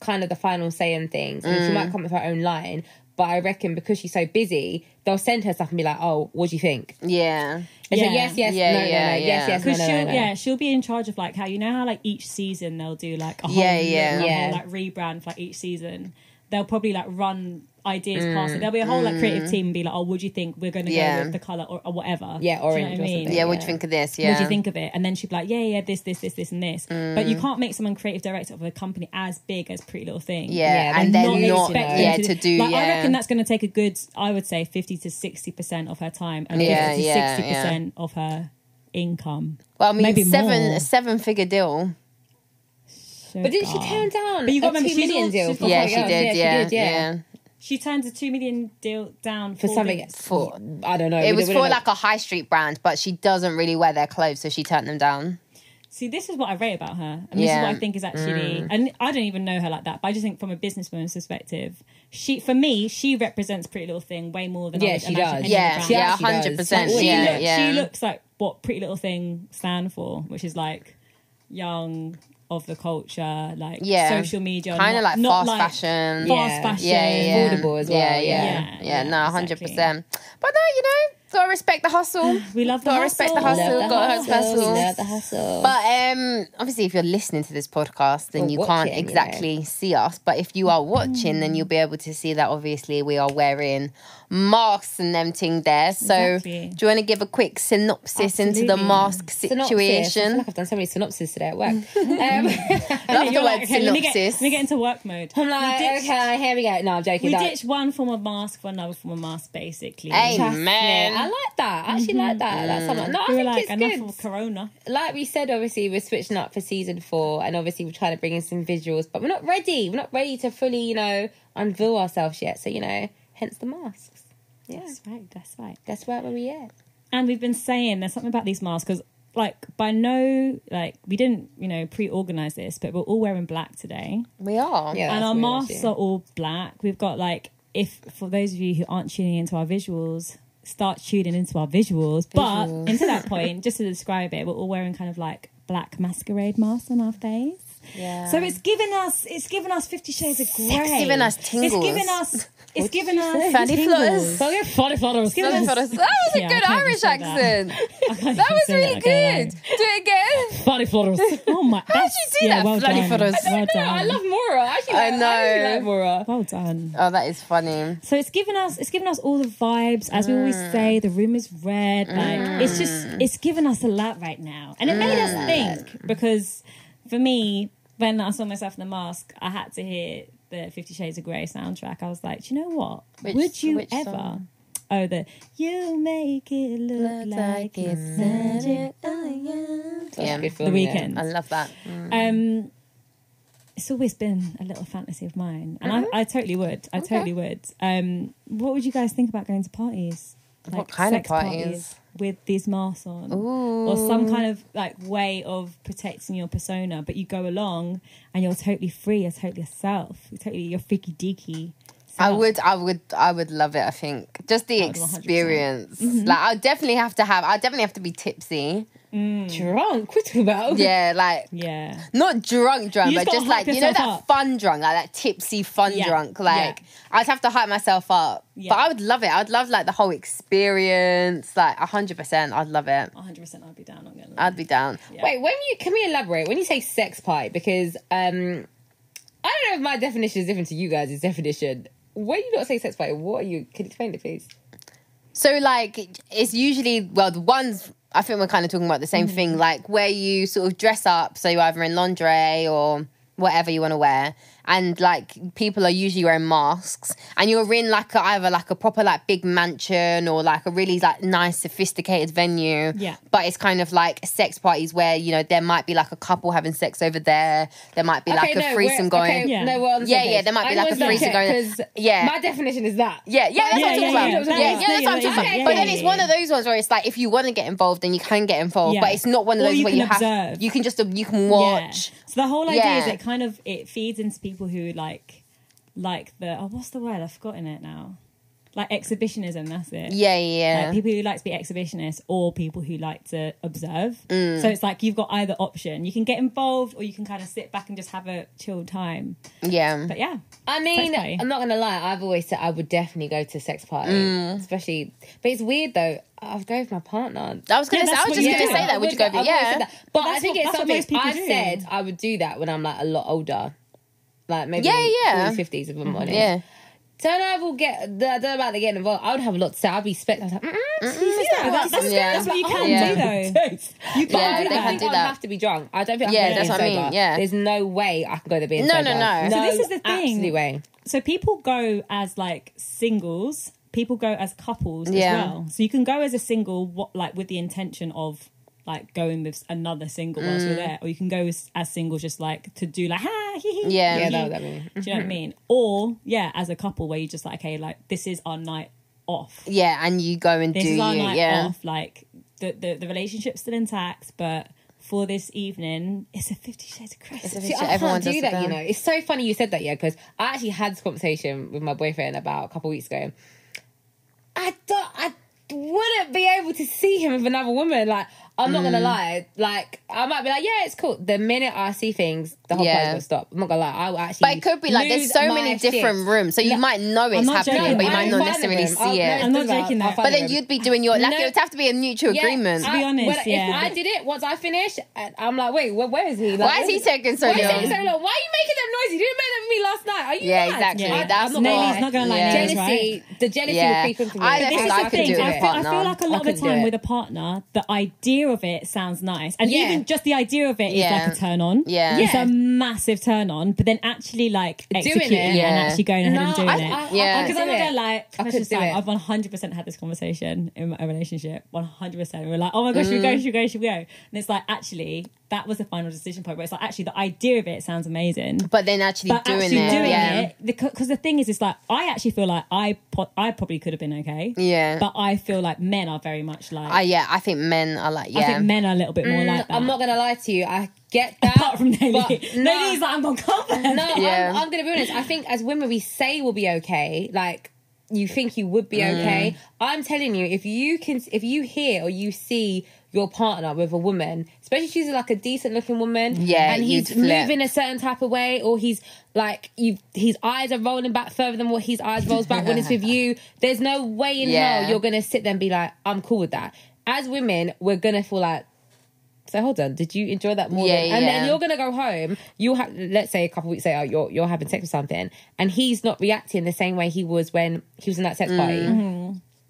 D: kind of the final say on things, and she
B: Mm.
D: might come with her own line. But I reckon because she's so busy, they'll send her stuff and be like, "Oh, what do you think?"
B: yeah,
D: And she'll
E: Yeah.
D: be, yes, yes,
B: Yeah,
D: no, no, no,
B: yeah,
D: yes,
B: yeah.
D: yes, no,
E: Because
D: no,
E: she'll
D: no, no.
E: yeah she'll be in charge of like how you know how like each season they'll do like a whole
B: Yeah,
E: look,
B: yeah.
E: a whole,
D: Yeah.
E: like rebrand for like, each season. They'll probably like run ideas past it. There'll be a whole like creative team and be like, oh, would you think we're going to
B: Mm. Yeah.
E: go with the color or, or whatever?
D: Yeah,
E: Do you know
D: orange
E: what I
D: or
E: mean?
D: something.
B: yeah. What do you think of this? Yeah, Mm.
E: What do you think of it? And then she'd be like, yeah, yeah, this, this, this, this, and this. But you can't make someone creative director of a company as big as Pretty Little Thing.
B: Yeah,
D: Yeah,
B: and
D: they're
B: then not,
D: not
E: expect them
B: yeah to do
E: like,
B: yeah.
E: I reckon that's going to take a good, I would say, fifty to sixty percent of her time and
B: Yeah,
E: fifty to
B: yeah,
E: sixty percent of her income.
B: well, I mean,
E: maybe
B: seven
E: more. Oh
B: a seven figure deal.
E: So
D: But didn't she
E: far.
D: turn down?
E: But you
D: a
E: got remember,
D: two
E: she's
D: million
E: all-
D: deal
E: she's
D: for
E: all-
B: Oh. yeah,
E: my
B: she
D: something else?
B: did. Yeah,
D: she did. Yeah,
E: She turned a two million deal down
D: for something.
E: this.
B: For
D: I don't know.
B: it
D: we
B: was
D: don't-
B: for
D: we don't know.
B: like a high street brand, but she doesn't really wear their clothes, so she turned them down.
E: See, this is what I rate about her, and this
B: Yeah.
E: is
B: Mm.
E: what I think is actually. And I don't even know her like that, but I just think from a businesswoman's perspective, she for me she represents Pretty Little Thing way more than I
D: Yeah,
E: would
D: she
E: imagine
D: does.
E: any
B: yeah,
E: brand.
D: she
B: yeah,
D: actually does.
B: hundred percent.
D: Like,
E: She,
B: Yeah,
E: look-
B: yeah.
E: she looks like what Pretty Little Thing stand for, which is like young of the culture, like
B: Yeah.
E: social media,
B: kind
E: not-
B: of like
E: not
B: fast fashion.
E: fast
D: Yeah.
E: fashion,
B: yeah, yeah, yeah.
D: affordable as well,
B: Yeah,
D: yeah.
B: yeah, yeah.
E: Yeah,
B: no,
E: yeah,
B: hundred
E: exactly.
B: percent. But no, you know, gotta respect
E: *laughs*
B: the hustle.
E: We love the hustle.
B: gotta respect the
E: Love
B: hustle.
E: the
B: gotta
D: hustle. We
B: respect
D: love the hustle.
B: But um, obviously, if you're listening to this podcast, then
D: Or
B: you
D: watching,
B: can't
D: you know.
B: exactly see us. But if you are watching, then you'll be able to see that. Obviously, we are wearing masks and them thing there. So,
E: Exactly.
B: do you want to give a quick synopsis into the
E: Absolutely.
B: mask
D: Synopsis. I feel
B: situation?
D: like I've done so many synopses today at *laughs* work. Um,
B: Love the
E: You're
B: word
E: like, okay, let me, get, let
B: synopsis.
E: me get into work mode.
D: I'm like,
E: we ditched,
D: okay, here we go. No, I'm joking.
E: we
D: Like,
E: ditched one form of mask for another form of mask, basically.
B: Amen.
D: trust me, I like that. I actually like that. That's something. No, I
E: we were
D: think
E: like,
D: it's
E: enough
D: good.
E: of Corona.
D: like we said, obviously we're switching up for season four, and obviously we're trying to bring in some visuals, but we're not ready. We're not ready to fully, you know, unveil ourselves yet. So you know, hence the masks. Yeah,
E: That's right. That's right.
D: that's right where we at.
E: and we've been saying there's something about these masks because like by no like we didn't you know pre-organize this but we're all wearing black today
B: we are.
D: Yeah,
E: and
D: that's
E: our
D: weird,
E: masks
D: actually.
E: are all black we've got like if for those of you who aren't tuning into our visuals start tuning into our visuals but into
B: *laughs*
E: that point just to describe it we're all wearing kind of like black masquerade masks on our face
B: Yeah.
E: so it's giving us it's giving us 50 shades of grey
B: It's giving us
E: it's
B: tingles.
E: giving us it's giving us
B: Fanny
E: tingles.
B: flutters.
E: Don't get funny flutters. It's giving
B: That
E: us-
B: was
E: *laughs*
B: a
E: Yeah, I
B: good
E: can't even
B: Irish
E: say that.
B: accent.
E: *laughs* I can't
B: That
E: even
B: was
E: say
B: really
E: okay,
B: good. Do it again.
E: Bloody photos. Oh my! How
B: did you do that,
E: Well
B: bloody
E: done.
B: photos? I don't
E: Well done.
D: I love Mora. I Actually,
B: I
D: like, I
B: know.
D: really like Mora.
E: Well done.
B: Oh, that is funny.
E: So it's given us it's given us all the vibes, as we always say. The room is red. Like it's just it's given us a lot right now, and it made us think because for me, when I saw myself in the mask, I had to hear the Fifty Shades of Grey soundtrack. I was like, do you know what?
B: Which-
E: Would you
B: which
E: ever?
B: song?
E: Oh, the you make it look, like, it's magic.
B: Oh, Yeah.
D: Good
E: The
D: film, yeah.
E: weekend.
B: I love that.
E: um it's always been a little fantasy of mine and
B: Uh-huh.
E: I, I totally would i totally would um what would you guys think about going to parties like
B: kind of
E: sex
B: parties?
E: with these masks on or some kind of like way of protecting your persona but you go along and you're totally free you're totally yourself you're totally your freaky deaky
B: I
E: self.
B: would, I would, I would love it. I think just the
E: Oh. I would 100%.
B: experience.
E: Mm-hmm.
B: Like, I'll definitely have to have. I'll definitely have to be
E: *laughs*
B: tipsy.
D: Drunk. What you about?
B: Yeah, like
E: yeah
B: not drunk, drunk,
E: You just
B: but
E: gotta
B: just like
E: hype
B: you know
E: yourself
B: that
E: up.
B: fun drunk, like that tipsy fun
E: Yeah,
B: drunk. Like
E: yeah.
B: I'd have to hype myself up,
E: Yeah.
B: but I would love it. I'd love like the whole experience. Like hundred percent, I'd love it.
E: 100% i'd be down on it
B: I'd be down.
D: Wait, when you can we elaborate when you say sex party? Because um, I don't know if my definition is different to you guys' definition. When you not say sex party, what are you? Can you explain it, please?
B: So like it's usually well the ones I think we're kind of talking about the same
D: Mm-hmm.
B: thing like where you sort of dress up so you're either in lingerie or whatever you want to wear and like people are usually wearing masks and you're in like a, either like a proper like big mansion or like a really like nice sophisticated venue
E: Yeah.
B: but it's kind of like sex parties where you know there might be like a couple having sex over there there might be like a
D: no,
B: threesome
D: we're-
B: going
D: Okay,
E: Yeah.
D: No, we're on the
B: Yeah,
D: same
B: yeah,
D: page.
B: there might be
D: I
B: like a
D: always
B: threesome
D: check,
B: going-
D: 'cause
B: yeah.
D: My definition is that.
B: Yeah, yeah, that's
E: Yeah,
B: what I'm
E: yeah,
B: talking
E: yeah, yeah.
B: about. Yeah,
E: That
B: yeah,
E: is-
B: that's what I'm
E: yeah,
B: talking
E: yeah,
B: about. But then
E: yeah,
B: it's
E: yeah,
B: one of those ones where it's like if you want to get involved, then you can get involved.
E: Yeah.
B: But it's not one of
E: Or
B: those
E: you
B: where
E: can
B: you have
E: observe.
B: you can just you can watch.
E: Yeah. So the whole idea
B: Yeah.
E: is it kind of it feeds into people who like like the oh what's the word I've forgotten it now like exhibitionism that's it
B: Yeah, yeah, yeah.
E: Like people who like to be exhibitionists or people who like to observe.
B: Mm.
E: So it's like you've got either option. You can get involved or you can kind of sit back and just have a chill time.
B: yeah.
E: But yeah.
D: I mean,
E: Sex party.
D: I'm not gonna lie. I've always said I would definitely go to a sex party,
B: Mm.
D: especially. But it's weird though. I'll go with my partner.
B: I was gonna
E: Yeah,
B: say, I
E: that's
B: was
E: what
B: just
E: you
B: gonna
E: do.
B: say that.
D: I've
B: Would you go?
D: always-
B: But
D: I've always
B: yeah,
D: said that. But I
E: that's what-
D: think it's
E: that's what
D: something
E: most people
D: I've
E: do.
D: said I would do that when I'm like a lot older, like maybe
B: Yeah, yeah.
D: fifties if I'm honest.
B: yeah.
D: Don't know if we'll get. I don't know about the getting involved. I would have a lot to say. I'd be spec. I'd be like, mm
E: But that's, that's,
B: Yeah.
E: that's what you can
B: Yeah.
E: do though. You
D: But
E: can
B: Yeah,
D: I
E: do
B: they
D: don't
E: that.
B: can
D: think
B: do
D: I'd
B: that.
D: have to be drunk. I don't think I
B: Yeah,
D: can go there
B: that's what I
D: being
B: mean,
D: sober.
B: yeah.
D: There's no way I can go there being
B: No,
D: sober.
B: no, no.
E: So this is the thing.
D: Absolutely way.
E: So people go as like singles. People go as couples
B: Yeah.
E: as well. So you can go as a single, what like with the intention of like going with another single whilst
B: Mm.
E: you're there, or you can go as, as single just like to do like ha hee hee.
B: Yeah.
E: hee,
D: Yeah,
E: hee.
D: that would that mean.
E: Do
B: Mhm.
E: you know what I mean? Or yeah, as a couple where you just like okay, like this is our night off.
B: Yeah, and you go and
E: This
B: do you.
E: is our night
B: Yeah,
E: off. Like the, the the relationship's still intact, but for this evening is a Fifty Shades of Grey.
B: It's a
D: See,
B: picture,
D: I
B: everyone
D: can't do
B: does it
D: that, you
B: then.
D: know. It's so funny you said that, yeah, because I actually had this conversation with my boyfriend about a couple weeks ago. I don't, I wouldn't be able to see him with another woman. Like, I'm not
B: Mm.
D: gonna lie. Like, I might be like, yeah, it's cool. The minute I see things, the whole
B: Yeah.
D: place will stop. I'm not gonna lie. I will actually.
B: But it could be like there's
D: lose
B: so
D: my
B: many
D: shit.
B: different rooms, so you might know it's
E: not
B: happening,
E: joking.
B: but you
E: I
B: might
E: am
B: not
E: fine
B: necessarily
D: with him. I'll-
B: see
D: no,
B: it.
E: I'm not
D: I'll find
E: joking
D: him. I'll
E: that.
D: find
B: But then
D: him.
B: you'd be doing your like
E: No.
B: it would have to be a mutual
D: Yeah,
B: agreement.
E: be honest,
D: well,
E: yeah.
D: If I did it once I finish, I- I'm like, wait, where, where is he? Like,
B: Why is
D: where
B: he taking so
D: Why is it
B: long?
D: so long? Why are you making them noise? You didn't make them with me last night. Are you
B: Yeah,
D: mad?
B: exactly.
E: Yeah.
B: That's
D: I'm
E: Nelly's
B: what-
E: not gonna like
B: yeah.
E: Nelly's
D: jealousy. The jealousy
B: Yeah.
D: will creep into me.
B: I don't
E: This
B: think
E: is
B: I
E: the
B: could
E: thing.
B: do it
E: I,
B: with
E: feel,
B: a
E: I feel
B: partner.
E: like a
D: I
E: lot of the
D: couldn't do
E: time
D: it.
E: with a partner, the idea of it sounds nice, and
D: Yeah.
E: even just the idea of it is
B: Yeah.
E: like a turn on.
B: Yeah.
E: it's
D: Yeah.
E: a massive turn on. But then actually, like executing
D: it.
E: it and
B: Yeah.
E: actually going ahead and doing
D: I,
E: it.
D: I,
B: Yeah.
D: I,
E: Because I'm not gonna lie,
D: I couldn't
E: precious
D: do
E: time,
D: it.
E: I've 100 percent had this conversation in my relationship. 100. percent We're like, oh my gosh, should we go, should we go, should we go? And it's like, actually, that was the final decision point. Where it's like, actually, the idea of it sounds amazing,
B: But then actually
E: but
B: doing
E: actually
B: it,
E: doing
B: yeah.
E: it, because the thing is, it's like I actually feel like I, po- I probably could have been okay,
B: Yeah.
E: But I feel like men are very much like
B: I yeah, I think men are like yeah.
E: I think men are a little bit more like that.
D: Mm, I'm not gonna lie to you. I get
E: *laughs*
D: that.
E: apart from Nelly,
D: but
E: Nelly's like I'm gonna cover.
D: No,
B: Yeah.
D: I'm, I'm going to be honest. I think as women, we say we'll be okay. Like you think you would be
B: Mm.
D: okay. I'm telling you, if you can, if you hear or you see your partner with a woman, especially if she's like a decent looking woman,
B: Yeah,
D: and he's
B: you'd flip.
D: moving a certain type of way, or he's like you, his eyes are rolling back further than what his eyes rolls back when it's with you. There's no way in
B: Yeah.
D: hell you're going to sit there and be like, I'm cool with that. As women, we're gonna feel like so hold on, did you enjoy that more?
B: Yeah,
D: than- and then
B: yeah.
D: you're gonna go home. You have, let's say, a couple weeks later, you're you're having sex with something, and he's not reacting the same way he was when he was in that sex party. Mm-hmm.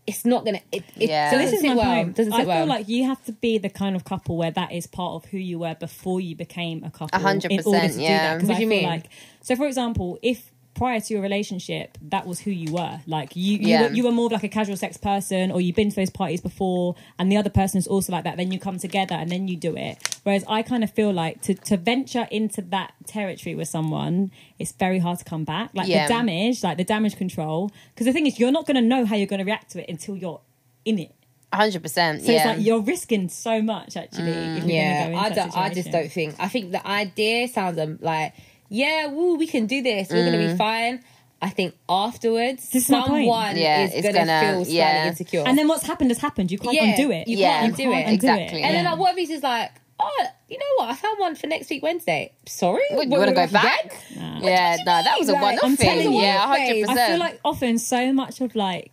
D: It's not gonna. It,
B: Mm.
D: it
B: Yeah.
D: so
B: So
E: This is my
D: well.
E: point.
D: Doesn't
E: I
D: sit
E: feel
D: well.
E: like you have to be the kind of couple where that is part of who you were before you became a couple.
B: A hundred
E: in order to
B: percent,
E: do
B: yeah.
E: that, 'cause
D: What
E: I
D: do you
E: feel
D: mean?
E: Like, so, for example, if prior to your relationship that was who you were, like you, you,
B: Yeah.
E: were, you were more of like a casual sex person, or you've been to those parties before, and the other person is also like that. Then you come together and then you do it. Whereas I kind of feel like to to venture into that territory with someone, it's very hard to come back. Like
B: Yeah.
E: the damage, like the damage control. Because the thing is, you're not going to know how you're going to react to it until you're in it.
B: hundred percent.
E: So
B: yeah.
E: it's like you're risking so much actually. if you're
D: Mm. yeah,
E: gonna go
D: I,
E: into that
D: don't, I just
E: situation.
D: don't think. I think the idea sounds um, like, yeah, woo, we can do this. We're gonna
B: Mm.
D: be fine. I think afterwards,
E: This is my point.
D: someone
B: Yeah,
D: is
B: it's
D: gonna,
B: gonna-
D: feel slightly
B: yeah.
D: insecure.
E: And then what's happened has happened. You can't
D: Yeah,
E: undo it.
D: you
B: Yeah.
D: can't
E: You
D: undo
E: can't
D: it.
E: undo
B: Exactly.
E: it.
D: And then
B: Yeah.
D: like, what if he's just like, oh, you know what? I found one for next week Wednesday. Sorry,
B: What, you wanna go back?
E: Nah.
B: yeah, no, that was a
D: Like,
B: one
D: I'm
B: off
D: telling
B: thing.
D: you,
B: Yeah,
D: babe,
B: hundred
E: I feel
B: percent.
E: like often so much of like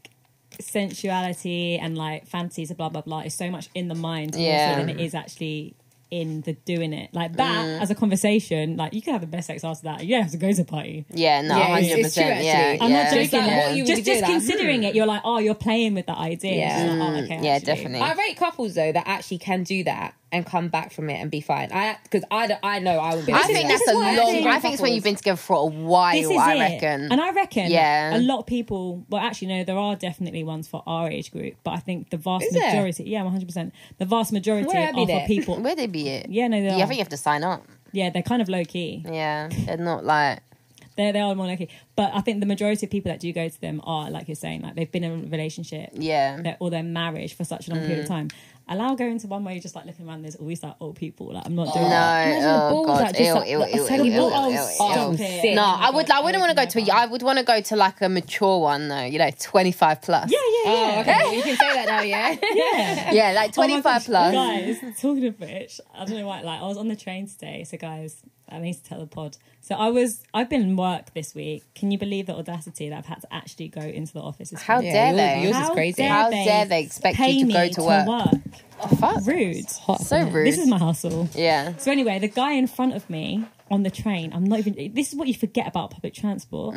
E: sensuality and like fantasies and blah blah blah is so much in the mind more so
B: Yeah.
E: than it is actually in the doing it. Like that
D: Mm.
E: as a conversation, like you can have the best sex after that. You don't have to go to a party.
B: Yeah, no,
D: Yeah, it's-
B: hundred
D: it's true,
B: percent. Yeah,
D: actually.
E: I'm
B: yeah.
E: not joking.
D: Like, what you would
E: just
D: do,
E: just
D: like,
E: considering it, you're like, oh, you're playing with that idea.
D: Yeah.
E: It's like, oh, okay,
B: Yeah,
E: actually.
B: definitely.
D: I rate couples though that actually can do that and come back from it and be fine. I because I don't- I know I would be. able
B: I
D: to do
B: think
D: that.
B: that's a
E: what I
B: long.
E: think.
B: I think it's *laughs* when you've been together for a while. I reckon.
E: And I reckon
B: Yeah.
E: a lot of people, well, actually, no, there are definitely ones for our age group, but I think the vast
D: Is there?
E: majority, yeah, 100%, the vast majority
D: Where
E: are
D: have you
E: for
D: been?
E: people.
B: Where they be it?
E: Yeah, no, they
B: yeah.
E: are.
B: I think you have to sign up.
E: yeah, they're kind of low key.
B: Yeah, they're not like.
E: They're, they are more low key. But I think the majority of people that do go to them are, like you're saying, like they've been in a relationship
B: Yeah, Mm.
E: their, or their marriage for such a long period of time. Allow going to one where you're just like looking around, there's always like old people. Like, I'm not doing
B: No,
E: that.
B: oh
D: balls,
B: god,
D: like, just
B: ew,
D: like-
B: ew,
D: like,
B: ew,
D: so
B: ew,
D: you
B: ew,
D: walk-
B: ew,
D: Oh,
B: ew.
D: sick.
B: No, I would. I wouldn't want to go to. A, I would want to go to like a mature one though. You know, twenty five plus.
E: Yeah, yeah, yeah.
D: Oh, okay. *laughs* you can say that now, yeah.
E: yeah.
B: yeah, like
E: Oh my
B: twenty
E: gosh,
B: five plus.
E: Guys, talking of which, I don't know why. Like, I was on the train today, so guys, I need to tell the pod. So I was, I've been in work this week. Can you believe the audacity that I've had to actually go into the office? This
B: How
E: week?
D: Yeah,
B: dare
D: yours-
B: they?
D: yours is crazy.
B: How dare they expect you
E: pay
B: to
E: me
B: go to work? Oh, Fuck.
E: Rude.
B: So rude.
E: This is my hustle.
B: Yeah.
E: So anyway, the guy in front of me on the train, I'm not even. This is what you forget about public transport.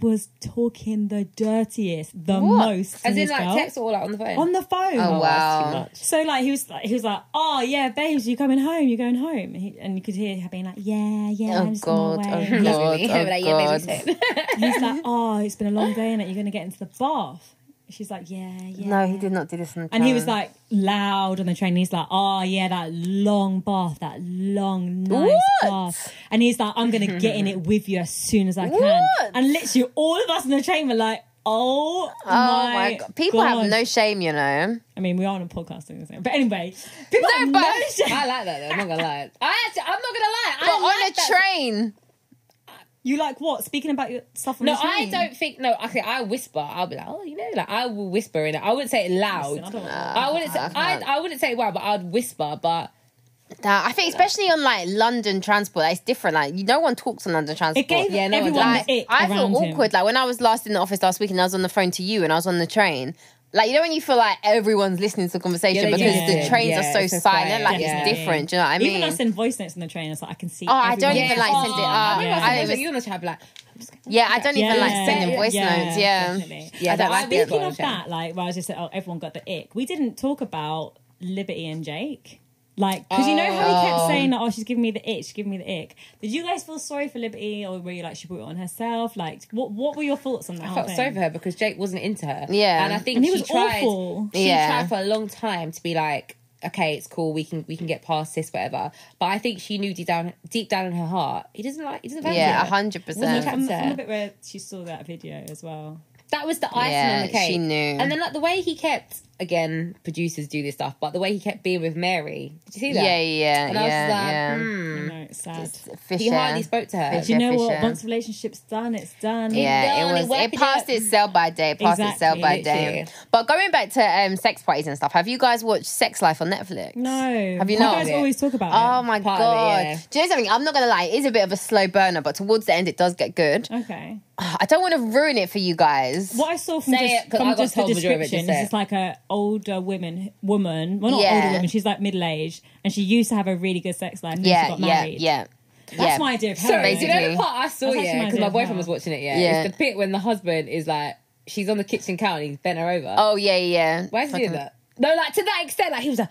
E: Was talking the dirtiest, the
B: Mm. What?
E: most. to
D: As in
E: his
D: like
E: girl.
D: text or like on the phone.
E: on the phone.
B: Oh,
D: Too
B: wow.
D: much.
E: So like he was like he was like oh yeah babes you coming home you going home and, he, and you could hear him being like yeah yeah
B: Oh
E: I'm just on
B: god.
E: my
B: Oh
E: way.
B: god.
D: Lovely.
E: *laughs*
D: Yeah, but, like, yeah,
B: Oh
D: baby,
B: god.
D: it's-
E: he's like oh it's been a long day and you're gonna get into the bath she's like yeah yeah
B: *laughs* No, he did not do this on the
E: and he was
B: train.
E: like loud on the train. He's like, "Oh yeah, that long bath, that long nice
B: What?
E: bath."
B: *laughs*
E: And he's like, "I'm gonna get in it with you as soon as I can."
B: What?
E: And literally, all of us on the train were like, oh,
B: Oh my,
E: my
B: god. People
E: God.
B: have no shame, you know.
E: I mean, we are on a podcast doing this now. But anyway, people have
B: but-
E: no shame.
D: I like that though. I'm not gonna lie. I actually, I'm not gonna lie.
B: But
D: I
B: on
D: like
B: a
D: that.
B: train.
E: You like what? Speaking about your stuff on
D: No,
E: the
D: I
E: train?
D: don't think. No, okay, I whisper. I'll be like, oh, you know, like I will whisper in it. I wouldn't say it
E: Listen, Oh, I
D: loud.
E: don't
D: I wouldn't say.
B: I
D: I,
B: can't.
D: I wouldn't say wow, but I'd whisper. But
B: Nah, I think especially on like London transport, like, it's different. Like you- no one talks on London transport.
E: It gave
D: Yeah, no,
E: everyone
B: like
E: the it
B: I feel
E: around him.
B: awkward. Like when I was last in the office last week and I was on the phone to you and I was on the train. Like you know when you feel like everyone's listening to the conversation
D: Yeah, they
B: because
E: do.
B: the trains
D: Yeah,
B: are
D: it's
B: so
D: so
B: silent,
D: quiet.
B: like
D: Yeah.
B: it's different. Do you know what I mean?
E: Even I send voice notes in the train, it's like I can see.
B: Oh, I don't
E: everyone.
B: even like send it.
D: Oh,
B: Oh,
D: I
E: yeah.
B: I don't
D: like,
B: even,
D: you on the chat, I'd be like, I'm just gonna-
B: yeah, I don't even like
E: Yeah.
B: sending voice
E: Yeah,
B: notes. Yeah,
E: definitely.
B: I
D: Yeah,
B: don't
D: but I
B: like
D: think
B: it.
E: Speaking of
D: Okay.
E: that, like where I just said, oh, everyone got the ick. We didn't talk about Liberty and Jake. Like, because you know how he kept saying, like, oh, she's giving me the ick, she's giving me the ick. Did you guys feel sorry for Liberty or were you like, she brought it on herself? Like, what what were your thoughts on that?
D: I
E: whole
D: felt
E: thing?
D: sorry for her because Jake wasn't into her.
B: Yeah.
D: and I think
E: Oh, And he
D: she
E: was
D: tried.
E: awful.
D: She
B: Yeah.
D: tried for a long time to be like, okay, it's cool. We can we can get past this, whatever. But I think she knew deep down deep down in her heart, he doesn't like. He doesn't value
B: yeah,
D: her.
B: hundred
E: Wasn't
B: percent.
E: it from,
D: Yeah.
E: from the bit where she saw that video as well?
D: That was the icing on
B: Yeah,
D: the cake.
B: she knew.
D: And then like the way he kept again, producers do this stuff, but the way he kept being with Mary, did you see that?
B: Yeah, yeah,
D: And I was
B: yeah,
D: like, hmm.
B: yeah.
E: You know, it's sad.
B: Fisher.
D: He hardly spoke to her.
B: Fish.
E: Do you know
B: for
E: what?
B: sure.
E: Once relationship's done, it's done.
B: Yeah,
D: Darling,
B: it was.
D: work
B: It
D: it
B: passed
D: up.
B: its sell by day. It Passed its sell
E: Exactly,
B: by day.
D: literally.
B: But going back to um, sex parties and stuff, have you guys watched Sex Life on Netflix?
E: No.
B: Have you
E: not?
B: not?
E: guys always talk about
B: Oh
E: it.
B: my
D: Part of it,
B: god!
D: yeah.
B: Do you know something? I'm not gonna lie. It is a bit of a slow burner, but towards the end, it does get good.
D: *sighs*
E: Okay.
B: I don't want to ruin it for you guys.
E: What I saw from
D: Say
E: just,
D: it, 'cause
E: from
D: I got
E: just the
D: told majority of it, just
E: description
D: say
E: is
D: it.
E: just like a older women woman. Well, not
B: Yeah.
E: older woman. She's like middle aged, and she used to have a really good sex life. And then she
B: Yeah,
E: got
B: yeah,
E: married.
B: yeah.
E: That's
B: yeah.
E: my idea of
D: Sorry,
E: heroin.
D: do you
B: basically.
D: know the part I saw?
E: That's actually
D: Yeah,
E: my
D: because my
E: idea
D: boyfriend
E: now.
D: was watching it. Yeah,
B: Yeah.
D: it's the bit when the husband is like, she's on the kitchen counter, and he's bent her over.
B: Oh yeah, yeah.
D: why is he doing that? No, like to that extent, like he was like,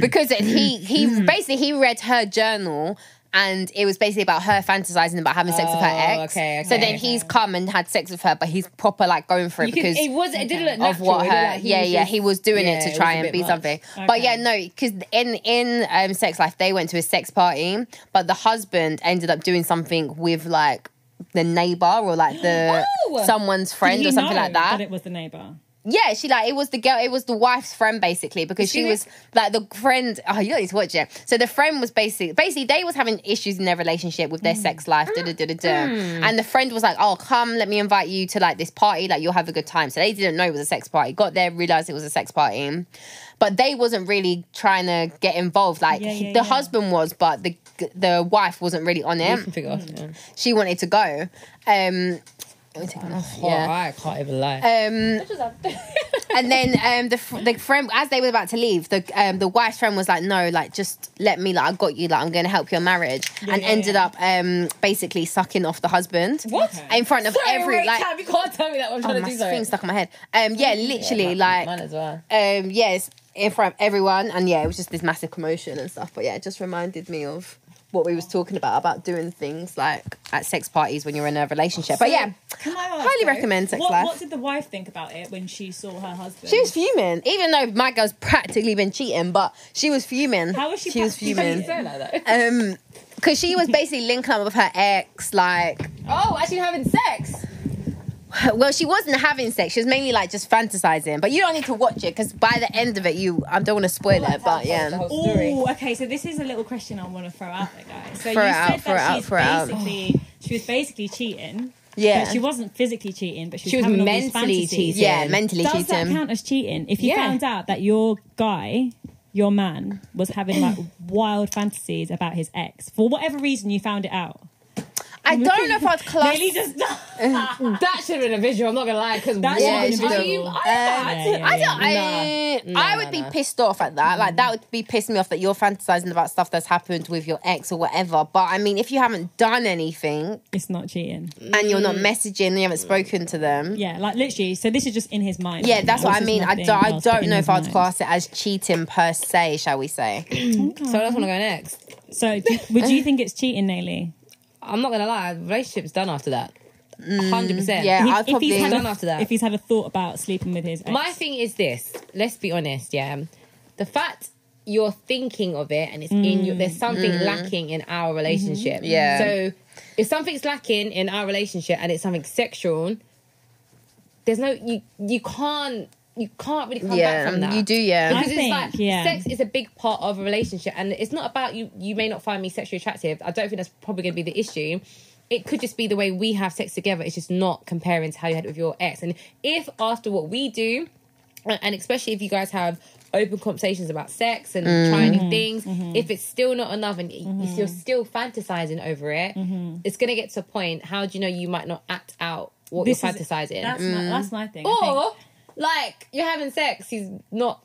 B: because it- he
D: *clears throat*
B: he basically he read her journal and it was basically about her fantasizing about having sex with her
D: Oh,
B: ex.
D: okay,
B: so
D: okay,
B: then he's come and had sex with her, but he's proper like going for it
D: you could,
B: because
D: it was, it didn't look
B: of
D: natural.
B: what
D: it
B: her
D: looked like
B: yeah
D: was
B: yeah
D: just-
B: he was doing
D: yeah,
B: it to
D: was
B: try
D: a
B: and
D: bit
B: be
D: much.
B: something but
E: Okay.
B: yeah no because in in um, sex life they went to a sex party but the husband ended up doing something with like the neighbor or like the
D: Oh!
B: someone's friend
E: Did
B: or
E: he
B: something
E: know
B: like that
E: it was the neighbor.
B: yeah, she like it was the girl, it was the wife's friend basically because she,
D: she
B: was like the friend. Oh, you don't need to watch it. So the friend was basically basically they was having issues in their relationship with their sex life, da da da da da. And the friend was like, "Oh, come, let me invite you to like this party, like you'll have a good time." So they didn't know it was a sex party. Got there, realized it was a sex party, but they wasn't really trying to get involved. Like
E: Yeah,
B: he-
E: yeah,
B: the
E: yeah.
B: husband was, but the the wife wasn't really on
D: You
B: it.
D: can figure it out. yeah.
B: She wanted to go. Um, let me take it off.
D: Oh,
B: Yeah.
D: I can't even lie.
B: Um,
D: *laughs*
B: and then um, the fr- the friend as they were about to leave, the um, the wife's friend was like, "No, like just let me, like I got you, like I'm going to help your marriage," and
E: yeah,
B: ended
E: yeah.
B: up um, basically sucking off the husband
D: what?
B: in front of
D: Sorry,
B: every
D: wait,
B: like.
D: Tab, you can't tell me that. What I'm
B: Oh,
D: trying
B: my
D: to do sorry.
B: thing stuck in my head. Um, yeah, literally, like,
D: mine as well.
B: um, yes, in front of everyone, and yeah, it was just this massive commotion and stuff. But yeah, it just reminded me of what we was talking about about doing things like at sex parties when you're in a relationship. But yeah,
E: Can I ask,
B: Highly
E: though,
B: recommend Sex
E: what,
B: Life.
E: What did the wife think about it when she saw her husband?
B: She was fuming, even though my girl's practically been cheating, but she was fuming.
E: How was she
B: She was
E: practically
B: fuming.
E: cheating?
B: Um, because she was basically linking up with her ex, like,
D: *laughs* Oh, actually having sex.
B: uh, well, she wasn't having sex. She was mainly like just fantasizing. But you don't need to watch it because by the end of it, you I don't want to spoil it, but yeah,
E: Oh, okay. So this is a little question I want to throw out there, guys. So
B: Throw
E: you
B: it
E: said
B: out, throw it
E: that
B: out,
E: she's
B: throw it out.
E: basically she was basically cheating. But
B: yeah,
E: she wasn't physically cheating, but she was,
D: She was
E: having all these
D: mentally
E: fantasies.
D: cheating.
B: yeah, mentally
E: Does that
B: cheating.
E: count as cheating? If you
D: Yeah.
E: found out that your guy, your man, was having like wild fantasies about his ex for whatever reason, you found it out.
B: I don't know if
E: *laughs*
B: I'd class.
E: Really, just
B: *laughs*
D: That should have been a visual. I'm not gonna lie, because
E: That's
B: Yeah,
E: yeah,
B: it's
E: not
B: doable.
E: you.
B: I
E: yeah, yeah,
B: I don't. I,
D: yeah. Nah.
B: I
D: Nah,
B: would
D: nah,
B: be
D: nah.
B: pissed off at that. Like that would be pissing me off that you're fantasizing about stuff that's happened with your ex or whatever. But I mean, if you haven't done anything,
E: It's not cheating.
B: and you're not
D: Mm.
B: messaging, you haven't spoken to them. Yeah,
E: Yeah, like literally. So this is just in his mind. right
B: that's
E: now.
B: what I
E: This is
B: mean. I,
E: nothing
B: do, I
E: else but
B: don't
E: in
B: know
E: his
B: if I'd
E: mind.
B: class it as cheating per se, shall we say?
D: *laughs* So I just want to go next.
E: So do, would you think it's cheating, Naily?
D: I'm not gonna lie, the relationship's done after that. Hundred percent.
B: Mm, yeah. I'd
E: if
B: probably-
E: he's had
D: Done
E: a,
D: after that.
E: If he's had a thought about sleeping with his ex,
D: My thing is this. Let's be honest. Yeah, the fact you're thinking of it and it's in you. There's something lacking in our relationship.
B: Mm. Mm-hmm. Yeah.
D: So if something's lacking in our relationship and it's something sexual, there's no you you can't you can't really come back from
B: yeah,
D: that.
B: you do. Yeah,
E: I
D: Because
E: think,
D: it's like
E: yeah.
D: sex is a big part of a relationship, and it's not about you. You may not find me sexually attractive. I don't think that's probably going to be the issue. It could just be the way we have sex together. It's just not comparing to how you had it with your ex. And if after what we do, and especially if you guys have open conversations about sex and trying
E: Mm-hmm.
D: new things, if it's still not enough and y if you're still fantasizing over it,
E: Mm-hmm.
D: it's going to get to a point. How do you know you might not act out what
E: This
D: you're
E: is-
D: fantasizing?
E: That's, my,
B: Mm.
E: that's my thing. I think.
D: Or like you're having sex, he's not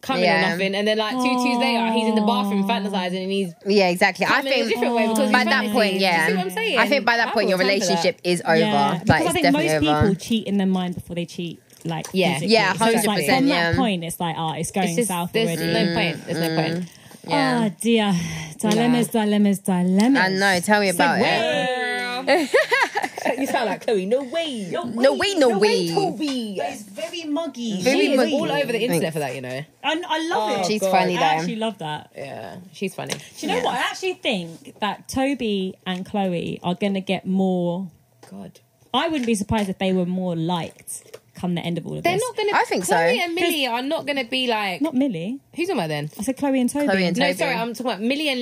D: coming
B: Yeah.
D: or nothing, and then like two Tuesdays later, he's in the bathroom fantasizing, and he's
B: yeah, exactly. I
D: coming in a
B: think
D: different way because
B: by
D: he's
B: that
D: fantasizing.
B: point,
D: Do you
B: yeah,
D: see what I'm saying?
B: I think by that
D: I
B: point your
D: will stand for
B: relationship is over.
E: Yeah,
B: like
E: because
B: it's
E: I think most
B: definitely
E: people
B: over.
E: cheat in their mind before they cheat. Like
D: Yeah.
E: physically.
B: Yeah,
E: So it's like
D: 100%,
E: from
B: yeah.
E: that point, it's like oh, it's going
D: It's just
E: south
D: there's
E: already.
D: no point. There's no point.
B: Yeah.
E: Oh dear, dilemmas, dilemmas, dilemmas.
B: I know. Tell me about it.
D: Mm. *laughs* you sound like Chloe. No way.
B: No way, no way.
E: It's very muggy.
B: Very
D: She is
B: muggy.
D: all over the internet
B: Thanks.
D: for that, you know.
E: And I love it.
B: She's
D: God.
E: Oh, I
B: funny
E: actually
B: though.
E: love that.
D: Yeah, she's funny.
E: Do you know what? I actually think that Toby and Chloe are going to get more.
D: God,
E: I wouldn't be surprised if they were more liked come the end of all of
D: they're
E: this.
D: not gonna.
B: I think so.
D: Chloe and Millie are not gonna be like.
E: Not Millie.
D: Who's on my then?
E: I said Chloe and Toby.
B: Chloe and
D: No,
B: Toby.
D: sorry, I'm talking about Millie and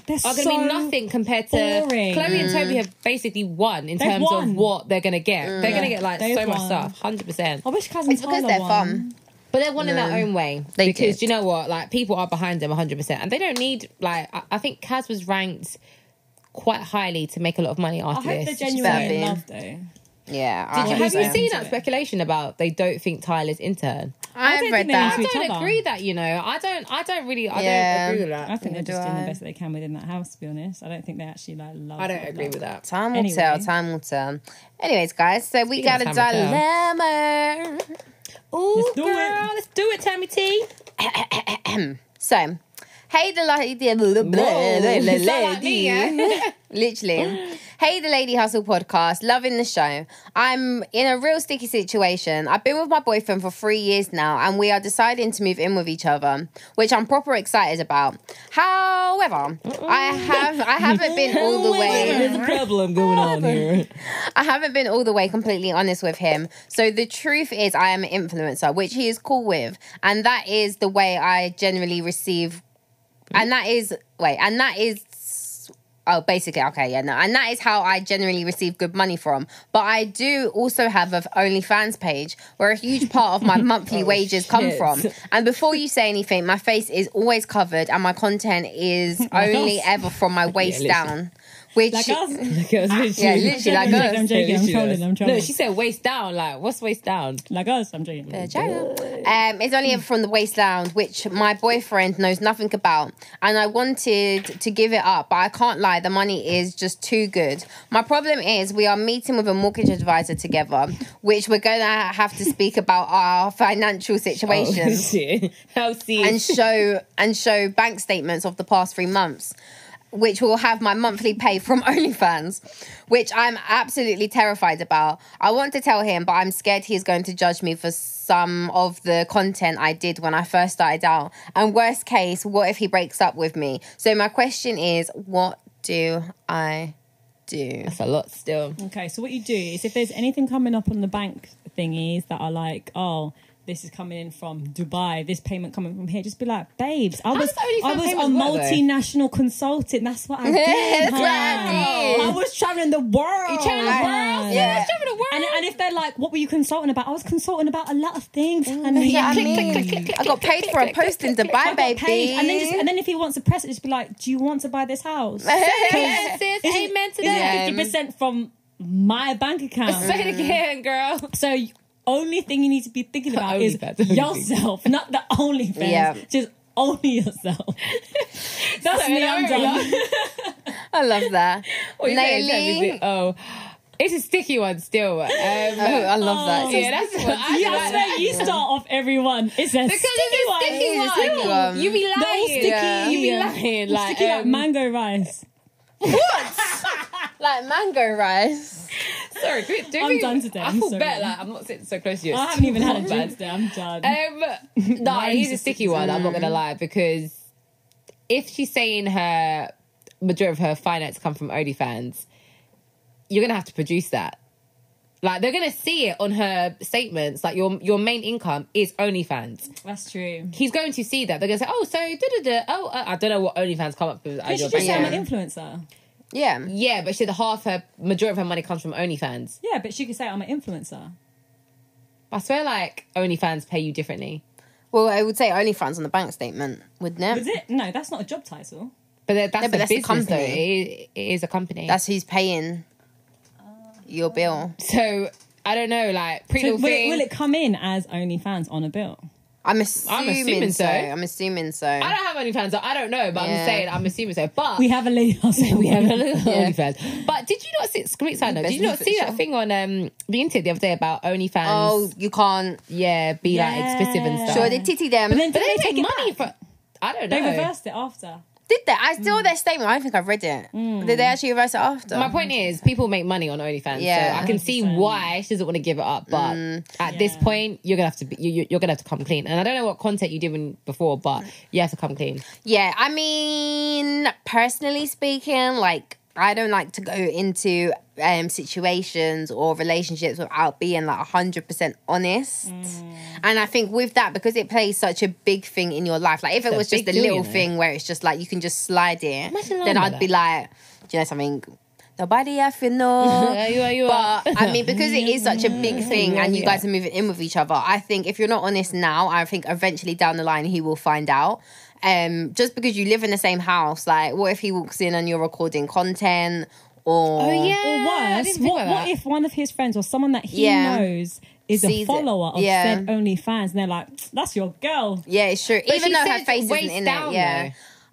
D: Liam
E: They're
D: are going to
E: so
D: be nothing compared to
E: boring.
D: Chloe and Toby have basically won in
E: They've
D: terms
E: won.
D: of what they're going to get. They're going to get like
E: They've
D: so much
E: won.
D: stuff, hundred percent.
E: I wish cousin
B: It's because
E: Tyler
B: they're
E: won.
B: fun.
D: But they're one in their own way.
B: They
D: because
B: did.
D: you know what, like people are behind them hundred percent, and they don't need like I, I think Kaz was ranked quite highly to make a lot of money
E: I
D: after
E: hope they're
D: this.
E: genuinely
B: Barbie.
E: in love, though.
B: Yeah, I
D: Did you,
B: hope
D: have
B: so.
D: you seen
E: into
D: that
E: it.
D: speculation about they don't think Tyler's into her?
E: I
B: I've
E: don't
B: read
E: think they need
B: that.
D: I
E: To each
D: don't
E: other.
D: agree with that, you know. I don't. I don't really. I
B: Yeah.
D: don't agree with
E: I
D: that.
E: think they're
B: Neither
E: just
B: do
E: doing the
B: I.
E: best that they can within that house. To be honest, I don't think they actually like love.
D: I don't agree with that.
B: Time will
E: Anyway.
B: tell. Time will tell. Anyways, guys, so we
D: Speaking
B: got a
D: of time will
B: dilemma.
D: Ooh,
E: do
D: girl,
E: it.
D: let's do it, Tammy T.
B: So, hey, the lady,
D: you *laughs* sound like me, yeah?
B: *laughs* literally, hey, the lady hustle podcast, loving the show. I'm in a real sticky situation. I've been with my boyfriend for three years now, and we are deciding to move in with each other, which I'm proper excited about. However, I have I haven't been all
D: *laughs*
B: the way.
D: a problem going on *laughs* here.
B: I haven't been all the way completely honest with him. So the truth is, I am an influencer, which he is cool with. And that is the way I generally receive. And that is, wait, and that is. Oh, basically, okay, yeah, no, and that is how I generally receive good money from. But I do also have a OnlyFans page where a huge part of my monthly wages come
D: shit.
B: from. And before you say anything, my face is always covered, and my content is only
E: us.
B: ever from my waist
D: literally.
B: down, which
E: Like us. *laughs*
B: yeah, literally *laughs* like
E: I'm joking,
B: us.
E: I'm joking. I'm trolling. I'm trolling.
D: No, she said waist down. Like, what's waist down?
E: like us. I'm joking.
B: Um, it's only ever from the waist down, which my boyfriend knows nothing about, and I wanted to give it up, but I can't lie, the money is just too good. My problem is we are meeting with a mortgage advisor together, which we're gonna have to speak about our financial situation
D: *laughs* shit. Healthy.
B: and show and show bank statements of the past three months, which will have my monthly pay from OnlyFans, which I'm absolutely terrified about. I want to tell him, but I'm scared he's going to judge me for some of the content I did when I first started out. And worst case, what if he breaks up with me? So my question is, what do I do?
D: That's a lot still.
E: Okay, so what you do is if there's anything coming up on the bank thingies that are like, oh, this is coming in from Dubai, this payment coming from here, just be like, babes, I was
D: does OnlyFans
E: I was a
D: payments work, though?
E: multinational consultant. That's what I
D: *laughs*
E: did.
B: That's what
E: hun.
B: I did.
E: I was traveling the world. You
D: traveling the world?
B: Yeah.
D: Travel the world.
E: And, and if they're like, what were you consulting about? I was consulting about a lot of things.
D: Oh,
E: honey.
B: Yeah, I
E: Click, click,
B: mean,
E: click, click, click.
B: I got paid for a post in Dubai,
E: I got paid.
B: baby.
E: And then, just, and then if he wants to press it, just be like, do you want to buy this
D: *laughs*
E: house?
D: Yes, sis. Amen to that.
E: Fifty percent from my bank account.
D: Say it again, girl.
E: So y- only thing you need to be thinking about is
D: OnlyFans, only
E: yourself, not the only fans.
B: Yeah.
E: Just only
D: *laughs*
E: yourself. *laughs* That's
D: Sorry,
E: me.
D: I
E: I'm done.
B: I love that.
D: What you saying, Tammy?
B: Nayli.
D: Is it- Oh, it's a sticky one
E: *laughs*
D: still.
B: Oh,
D: Um,
B: I love that.
E: Oh,
D: yeah, that's what
E: *laughs*
D: I
E: Yeah, I
D: like.
E: swear you start off everyone. It's a
D: Because
E: sticky one.
D: it's a
B: Sticky
D: sticky
B: one.
D: one. You be
E: They're all
D: lying.
E: sticky.
D: You be lying.
E: All
D: Like,
E: sticky like
D: um,
E: mango rice.
B: like mango rice.
D: Sorry, do do
E: I'm
D: we-
E: done today,
D: I
E: I'm
D: feel
E: sorry.
D: better. Like, I'm not sitting so close to you.
E: I
D: It's
E: haven't even
D: too *laughs*
E: had a
D: bad.
E: drink today. I'm done.
B: *laughs*
D: Um, no,
E: Mine's
D: he's
E: a
D: a sticky one. I'm not gonna lie because if she's saying her majority of her finance come from OnlyFans, you're gonna have to produce that. Like they're gonna see it on her statements. Like your your main income is OnlyFans.
E: That's true.
D: He's going to see that. They're gonna say, oh, so da da da. Oh, uh, I don't know what OnlyFans come up with.
E: But
D: as
E: she
D: your
E: just said
D: bank
E: I'm an
D: account.
E: influencer.
B: Yeah.
D: Yeah, but she said half her majority of her money comes from OnlyFans.
E: Yeah, but she could say I'm an influencer.
D: I swear, like OnlyFans pay you differently,
B: Well, I would say OnlyFans on the bank statement, wouldn't it?
E: Is it? No, that's not a job title.
D: but that- that's,
B: No, but
D: a
B: that's a
D: business.
B: company.
D: though. It, it is a company.
B: That's who's paying your bill.
D: so I don't know. Like pretty
E: So
D: little
E: will, it,
D: thing.
E: will it come in as OnlyFans on a bill?
B: I'm assuming,
D: assuming
B: so.
D: so.
B: I'm assuming so.
D: I don't have OnlyFans. so I don't know, but
B: Yeah.
D: I'm saying I'm assuming so. But *laughs*
E: We have a lady *laughs* last night.
D: we
E: We
D: have
E: have
D: a little OnlyFans. But did you not see Squeak Sandler? Did you not
B: Business
D: see that
B: official.
D: thing on um the internet the other day about OnlyFans?
B: Oh, you can't.
D: yeah, be like explicit and
E: Yeah.
D: stuff.
B: Sure, they titty them.
E: But then
D: but
E: did they
D: they, take
E: take it
D: money
E: back?
D: for. I don't
E: They
D: know.
E: reversed it after.
B: Did they? I saw their statement. I don't think I've read it. Did they actually reverse it after?
D: My point is, people make money on OnlyFans,
B: Yeah.
D: so I can see
E: 100%.
D: why she doesn't want to give it up. But at this
E: Yeah.
D: point, you're gonna have to be, you, you- you're gonna have to come clean. And I don't know what content you did when- before, but you have to come clean.
B: Yeah, I mean, personally speaking, like I don't like to go into um situations or relationships without being like hundred percent honest.
D: Mm.
B: And I think with that, because it plays such a big thing in your life, like if it
D: a
B: was just a
D: big
B: little
D: deal, you know.
B: thing where it's just like you can just slide in,
D: Imagine lying
B: then
D: like
B: I'd be
D: that.
B: like, do you know something? Nobody have you know.
D: Yeah, you are, you are.
B: But I mean, because it is such a
D: Mm.
B: big thing, and you guys are moving in with each other. I think if you're not honest now, I think eventually down the line he will find out. Um, just because you live in the same house, like what if he walks in and you're recording content, or
D: oh yeah.
E: Or
D: I
E: worse,
D: didn't think
E: what,
D: about
E: what if one of his friends or someone that he
B: Yeah.
E: knows is
B: Sees
E: a
B: it.
E: follower of
B: Yeah.
E: said OnlyFans and they're like, that's your girl.
B: yeah, it's true. Even
D: she
B: though her
D: said
B: face isn't
D: waist
B: in
D: down,
B: it, yeah.
D: though. Mm.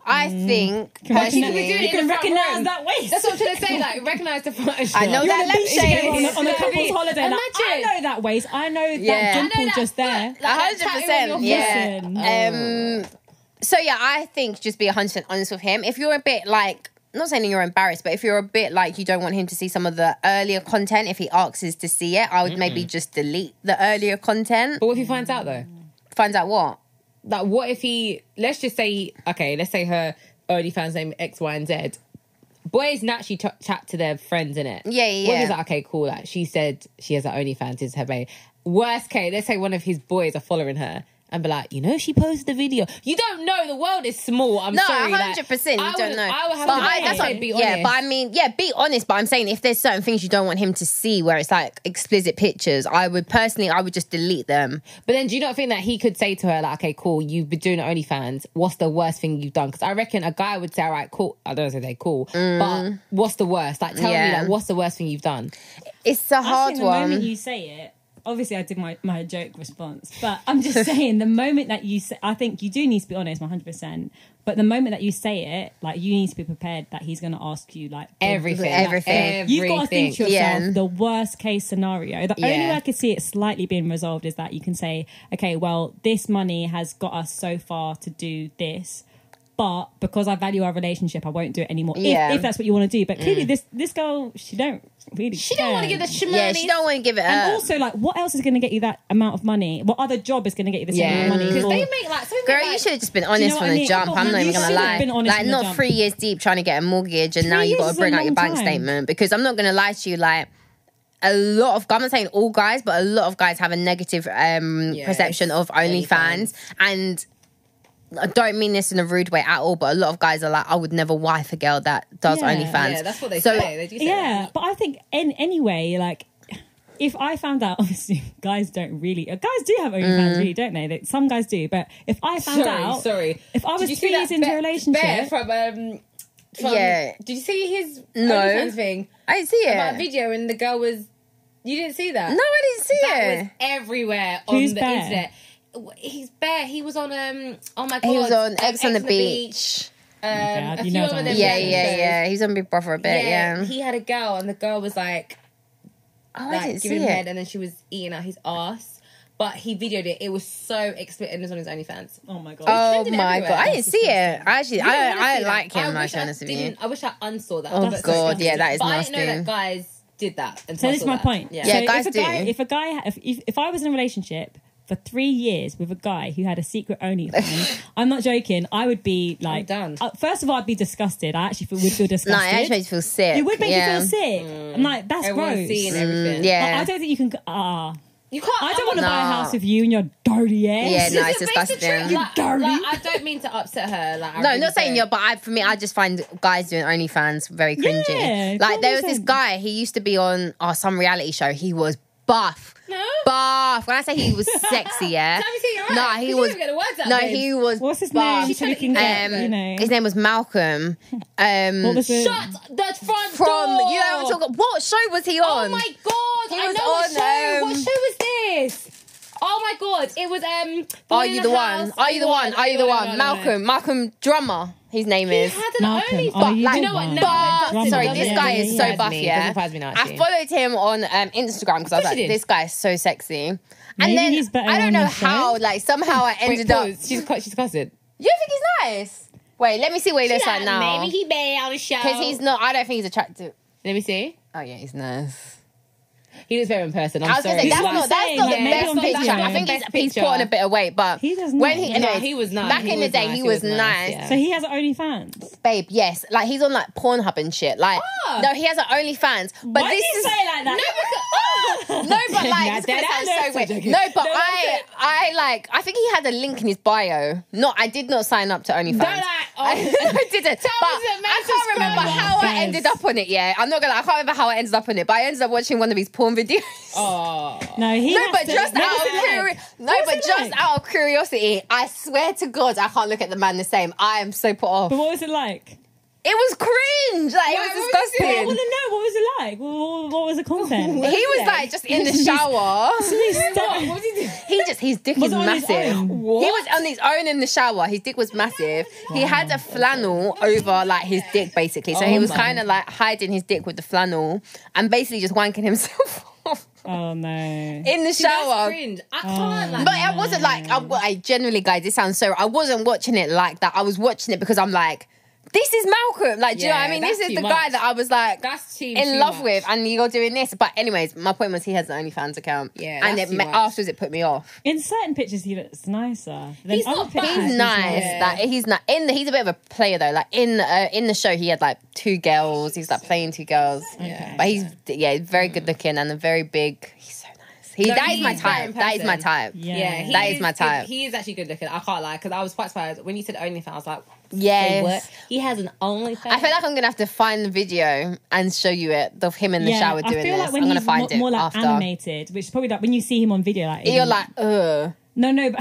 B: I think
E: But you know,
B: personally,
D: do
E: you
D: it in
E: can
D: the front
E: recognize
D: room.
E: that waist.
D: That's what I'm trying to say. Like, recognize the front.
B: I know
E: You're on
B: that
E: a beach together on
B: lampshade.
E: a, on a couple's holiday. Like, I
D: Imagine.
E: know that waist. I know
B: Yeah.
E: that
B: I know
E: dimple
D: that
E: just there.
D: foot.
B: A hundred
D: tattoo on
B: percent.
D: your
B: Yeah.
E: person.
B: Um. So yeah, I think just be a hundred percent honest with him. If you're a bit like, not saying you're embarrassed, but if you're a bit like you don't want him to see some of the earlier content, if he asks us to see it, I would maybe just delete the earlier content.
D: But what if he finds out though?
B: Finds out what.
D: Like, what if he? Let's just say, okay, let's say her OnlyFans name X, Y, and Z. Boys naturally t- chat to their friends in it.
B: Yeah, yeah,
D: What if
B: yeah.
D: he's like, okay, cool. Like, she said she has her OnlyFans is her babe. Worst case, let's say one of his boys are following her. And be like, you know, she posted the video. You don't know. The world is small. I'm
B: No,
D: sorry. like,
B: hundred percent. You
D: I
B: don't
D: would-
B: know.
D: I would have
B: But
D: to
B: I-
D: say,
B: that's what-
D: be honest.
B: Yeah, but I mean, yeah, be honest. But I'm saying if there's certain things you don't want him to see, where it's like explicit pictures, I would personally, I would just delete them.
D: But then, do you not think that he could say to her, like, okay, cool, you've been doing OnlyFans. What's the worst thing you've done? Because I reckon a guy would say, all right, cool. I don't say they cool, but what's the worst? Like, tell
B: Mm. Yeah.
D: me, like, what's the worst thing you've done?
B: It's a
E: I
B: hard
E: think the
B: one.
E: moment you say it, obviously I did my, my joke response, but I'm
B: *laughs*
E: just saying the moment that you say, I think you do need to be honest, 100%. But the moment that you say it, like you need to be prepared that he's going to ask you like the-
D: Everything.
B: Everything.
D: Like,
E: You've got to think to
D: everything.
E: yourself
B: Yeah.
E: the worst case scenario. The only
D: Yeah.
E: way I could see it slightly being resolved is that you can say, okay, well, this money has got us so far to do this. But because I value our relationship, I won't do it anymore. If-
B: Yeah.
E: If, that's what you want to do, but clearly this this girl, she don't really.
D: Mm. She don't want to give the shmoney.
B: yeah, she don't want to give it
E: And
B: up.
E: also, like, what else is going to get you that amount of money? What other job is going to get you the same
D: yeah,
E: amount of money?
D: because they
E: for-
D: make like something
B: Girl,
D: like,
B: you should have just been
E: you
B: honest
E: know what
B: from
E: I
B: the
E: mean?
B: jump. I'm
E: You
B: not even
E: should
B: gonna
E: have
B: lie.
E: been honest
B: Like
E: from the
B: not
E: jump.
B: three years deep trying to get a mortgage, and now
E: Three
B: you
E: years
B: got
E: is
B: to
E: a
B: bring out
E: long
B: your bank
E: time.
B: statement. Because I'm not gonna lie to you, like a lot of I'm not saying all guys, but a lot of guys have a negative um,
D: Yes,
B: perception of OnlyFans,
D: OnlyFans.
B: and I don't mean this in a rude way at all. But a lot of guys are like, I would never wife a girl that does
E: Yeah.
B: OnlyFans.
D: Yeah, that's what they
B: So-
D: say. They do say
E: yeah,
D: that.
E: but I think in anyway, like, if I found out, *laughs* obviously, guys don't really. uh, Guys do have OnlyFans, really, don't they? They? Some guys do, but if I found
D: Sorry,
E: out,
D: sorry.
E: if I was
D: Did you
E: three
D: see that
E: years into
D: Be-
E: a relationship,
D: Bear from um, from,
B: Yeah.
D: Did you see his
B: No.
D: OnlyFans thing
B: I didn't see it.
D: about a video and the girl was? You didn't see that?
B: no, I didn't see
D: that
B: it.
D: was everywhere on
E: Who's
D: the
E: Bear?
D: internet. He's bare. He was on um. Oh my god.
B: he was on
D: um,
B: X on the, beach. Oh
D: Um,
E: God,
D: a
E: you
D: few
E: know
D: of
E: that.
D: them.
B: Yeah,
D: dating
B: yeah,
D: shows.
B: yeah. He's on Big Brother a bit. Yeah.
D: He had a girl, and the girl was like,
B: oh, I
D: like
B: didn't see
D: giving him
B: it.
D: head, and then she was eating out his ass. But he videoed it. It was so explicit, and it was on his OnlyFans.
E: oh my god,
B: Oh
D: trending
B: my
D: everywhere.
B: god, I didn't
D: That's
B: see it. I actually,
D: You don't
B: I,
D: wanna
B: I
D: see that.
B: like him.
D: I
B: I
D: wish I
B: honest with you.
D: didn't. I wish I unsaw that.
B: Oh
E: That's
B: god,
E: disgusting.
B: yeah, that is
D: but I didn't know that
B: nasty.
D: guys did that. until
E: So
D: I
E: this is
D: saw
E: my
D: that.
E: point.
D: Yeah.
E: So
B: Yeah, guys
E: if a
B: do.
E: guy, If a guy, if, if, if I was in a relationship for three years with a guy who had a secret OnlyFans, I'm not joking. I would be like,
D: done.
E: Uh, first of all, I'd be disgusted. I actually feel, would feel disgusted.
B: No, it actually makes you feel sick.
E: It would make you
B: yeah.
E: feel sick. I'm like, that's
D: Everyone's
E: gross.
D: seeing
E: I-
D: everything.
B: Mm, Yeah.
E: I don't think you can. Ah,
D: You can't.
E: I don't want to
B: No.
E: buy a house with you and your dirty ass.
B: Yeah, no, it's
D: But it's the
B: disgusting.
D: truth,
E: You
D: like-
E: dirty.
D: like, I don't mean to upset her. Like, I
B: No,
D: really
B: not saying
D: don't.
B: you're, but I, for me, I just find guys doing OnlyFans very cringy.
E: Yeah,
B: like there was this
E: 100%.
B: guy. He used to be on oh, some reality show. He was buff.
D: No.
B: Buff. When I say he
D: *laughs*
B: was sexy, yeah.
D: Tell me say you're
B: No,
D: right, 'cause
B: he
D: you
B: was-
D: don't get the words out,
B: no,
D: babe.
B: he was.
E: What's his
B: buff.
E: name? So we can get,
B: Um,
E: you know.
B: His name was Malcolm. Um,
E: what was it?
D: Shut the front
B: from
D: door.
B: you know what I'm talking. What show was he
D: Oh
B: on?
D: my god!
B: He
D: I
B: was
D: know what
B: on,
D: show. what
B: um,
D: show was this? Oh my god! It was um. Boy
B: Are
D: in
B: you the
D: the
B: one?
D: House.
B: Are you the one? Are you the
D: No, no,
B: one?
D: no, no, no.
B: Malcolm. Malcolm Drummer. His name
D: He
B: is.
D: had an
E: Malcolm,
D: only.
E: are you
D: But
E: the
D: Oh, you know what?
E: one?
D: No,
B: But
D: it doesn't,
B: sorry,
D: doesn't,
B: this guy
E: yeah,
B: is
E: yeah,
B: so
E: yeah.
B: buff.
D: Doesn't
B: Yeah,
D: surprise me now,
B: I
D: actually.
B: followed him on um, Instagram because I was
D: course
B: like,
D: you did.
B: this guy is so sexy. And
E: Maybe
B: then
E: he's better
B: I don't
E: on
B: know
E: the
B: how.
E: phone.
B: Like somehow I ended
D: Wait,
B: up.
D: pause. She's quite. She's cussing.
B: You think he's nice? Wait, let me see what he looks like now.
D: Maybe he may on a show.
B: Because he's not. I don't think he's attractive.
D: Let me see.
B: Oh yeah, he's nice.
D: He looks very in person. I'm
B: i was
D: sorry.
B: gonna say
E: This
B: that's
E: is what
B: not
E: I'm
B: that's
E: saying,
B: not
E: like,
B: the
E: maybe
B: best
E: on
B: picture.
E: video.
B: I think he's,
D: Best
B: he's
D: picture.
B: put on a bit of weight, but
E: He does
B: when
E: not.
B: he
E: No,
B: anyways,
D: he was nice.
B: Back
D: He
B: in the
D: was
B: day,
D: nice.
B: he
D: He
B: was
D: was
B: nice.
D: nice, yeah.
E: So he has OnlyFans.
B: babe. Yes, like he's on like Pornhub and shit. Like no, he has an OnlyFans. But
E: Why
B: this
E: do you
B: is oh,
E: say it like that?
B: No, but like,
D: Nah,
B: it's gonna
D: that-
B: sound
D: that's
B: so
D: a
B: weird.
D: joke.
B: No, but
E: No, that's
B: I,
E: it.
B: I like, I think he had a link in his bio. No, I did not sign up to OnlyFans.
D: Don't I?
B: *laughs*
D: Oh,
B: I didn't. But
D: that man
B: I can't remember
D: subscribed.
B: how I
E: Guys.
B: ended up on it. Yeah, I'm not gonna. I can't remember how I ended up on it, but I ended up watching one of his porn videos.
D: oh.
E: No, he
B: *laughs* no,
E: has
B: but
E: to-
B: just
E: No,
B: out
E: what's
B: of
E: it like?
B: curi- no,
E: What's
B: but
E: it
B: just
E: like?
B: out of curiosity, I swear to God, I can't look at the man the same. I am so put off.
E: But what was it like?
B: It was cringe. Like it
D: Wait,
B: was
D: what was it?
E: But I
B: disgusting.
E: want to know what was it like. What, what was the content? *laughs*
B: He was like just in the shower.
E: Stop.
D: What did he do?
B: He just his dick
E: Was
B: is
E: it on his
B: massive.
E: own?
B: He was on his own in the shower. His dick was massive. He had a flannel over like his dick basically, so he was kind of like hiding his dick with the flannel and basically just wanking himself *laughs* off
E: oh no.
B: in the shower.
D: That's cringe. I can't. Like,
B: But I wasn't like I, I generally, guys. This sounds so. I wasn't watching it like that. I was watching it because I'm like, this is Malcolm. Like, do you know what I
D: Yeah,
B: mean? This
D: that's
B: is the
D: too
B: guy
D: much.
B: that I was like
D: that's too
B: in
D: too
B: love
D: much.
B: with, and you're doing this. But anyways, my point was he has an OnlyFans account.
D: Yeah,
B: and it
D: that's too
B: ma-
D: much.
B: afterwards it put me off.
E: In certain pictures, he looks nicer. Then
D: He's
E: other
D: not bad.
E: pictures,
B: He's
E: he's
B: nice.
E: like-
B: Like he's not in. The, he's a bit of a player though. Like in uh, in the show, he had like two girls. He's like playing two girls.
E: Okay.
B: But he's yeah, he's very
E: Mm.
B: good looking and a very big. He's so nice. He
D: No,
B: that is
D: he's
B: my
D: a very
B: type. That is my
D: impressive.
B: type.
E: Yeah.
B: Yeah,
D: Yeah, he
B: Mm. That is my
D: good-
B: type.
D: He is actually good looking. I can't lie because I was quite surprised when you said OnlyFans. I was like, wait, what?
B: yes.
D: He has an OnlyFans.
B: I feel like I'm gonna have to find the video and show you it of him in the shower doing
E: I feel
B: this.
E: like when
B: I'm gonna
E: he's
B: find
E: more,
B: it
E: more like
B: after.
E: animated, which is probably like when you see him on video, like
B: You're like, ugh.
E: no, no.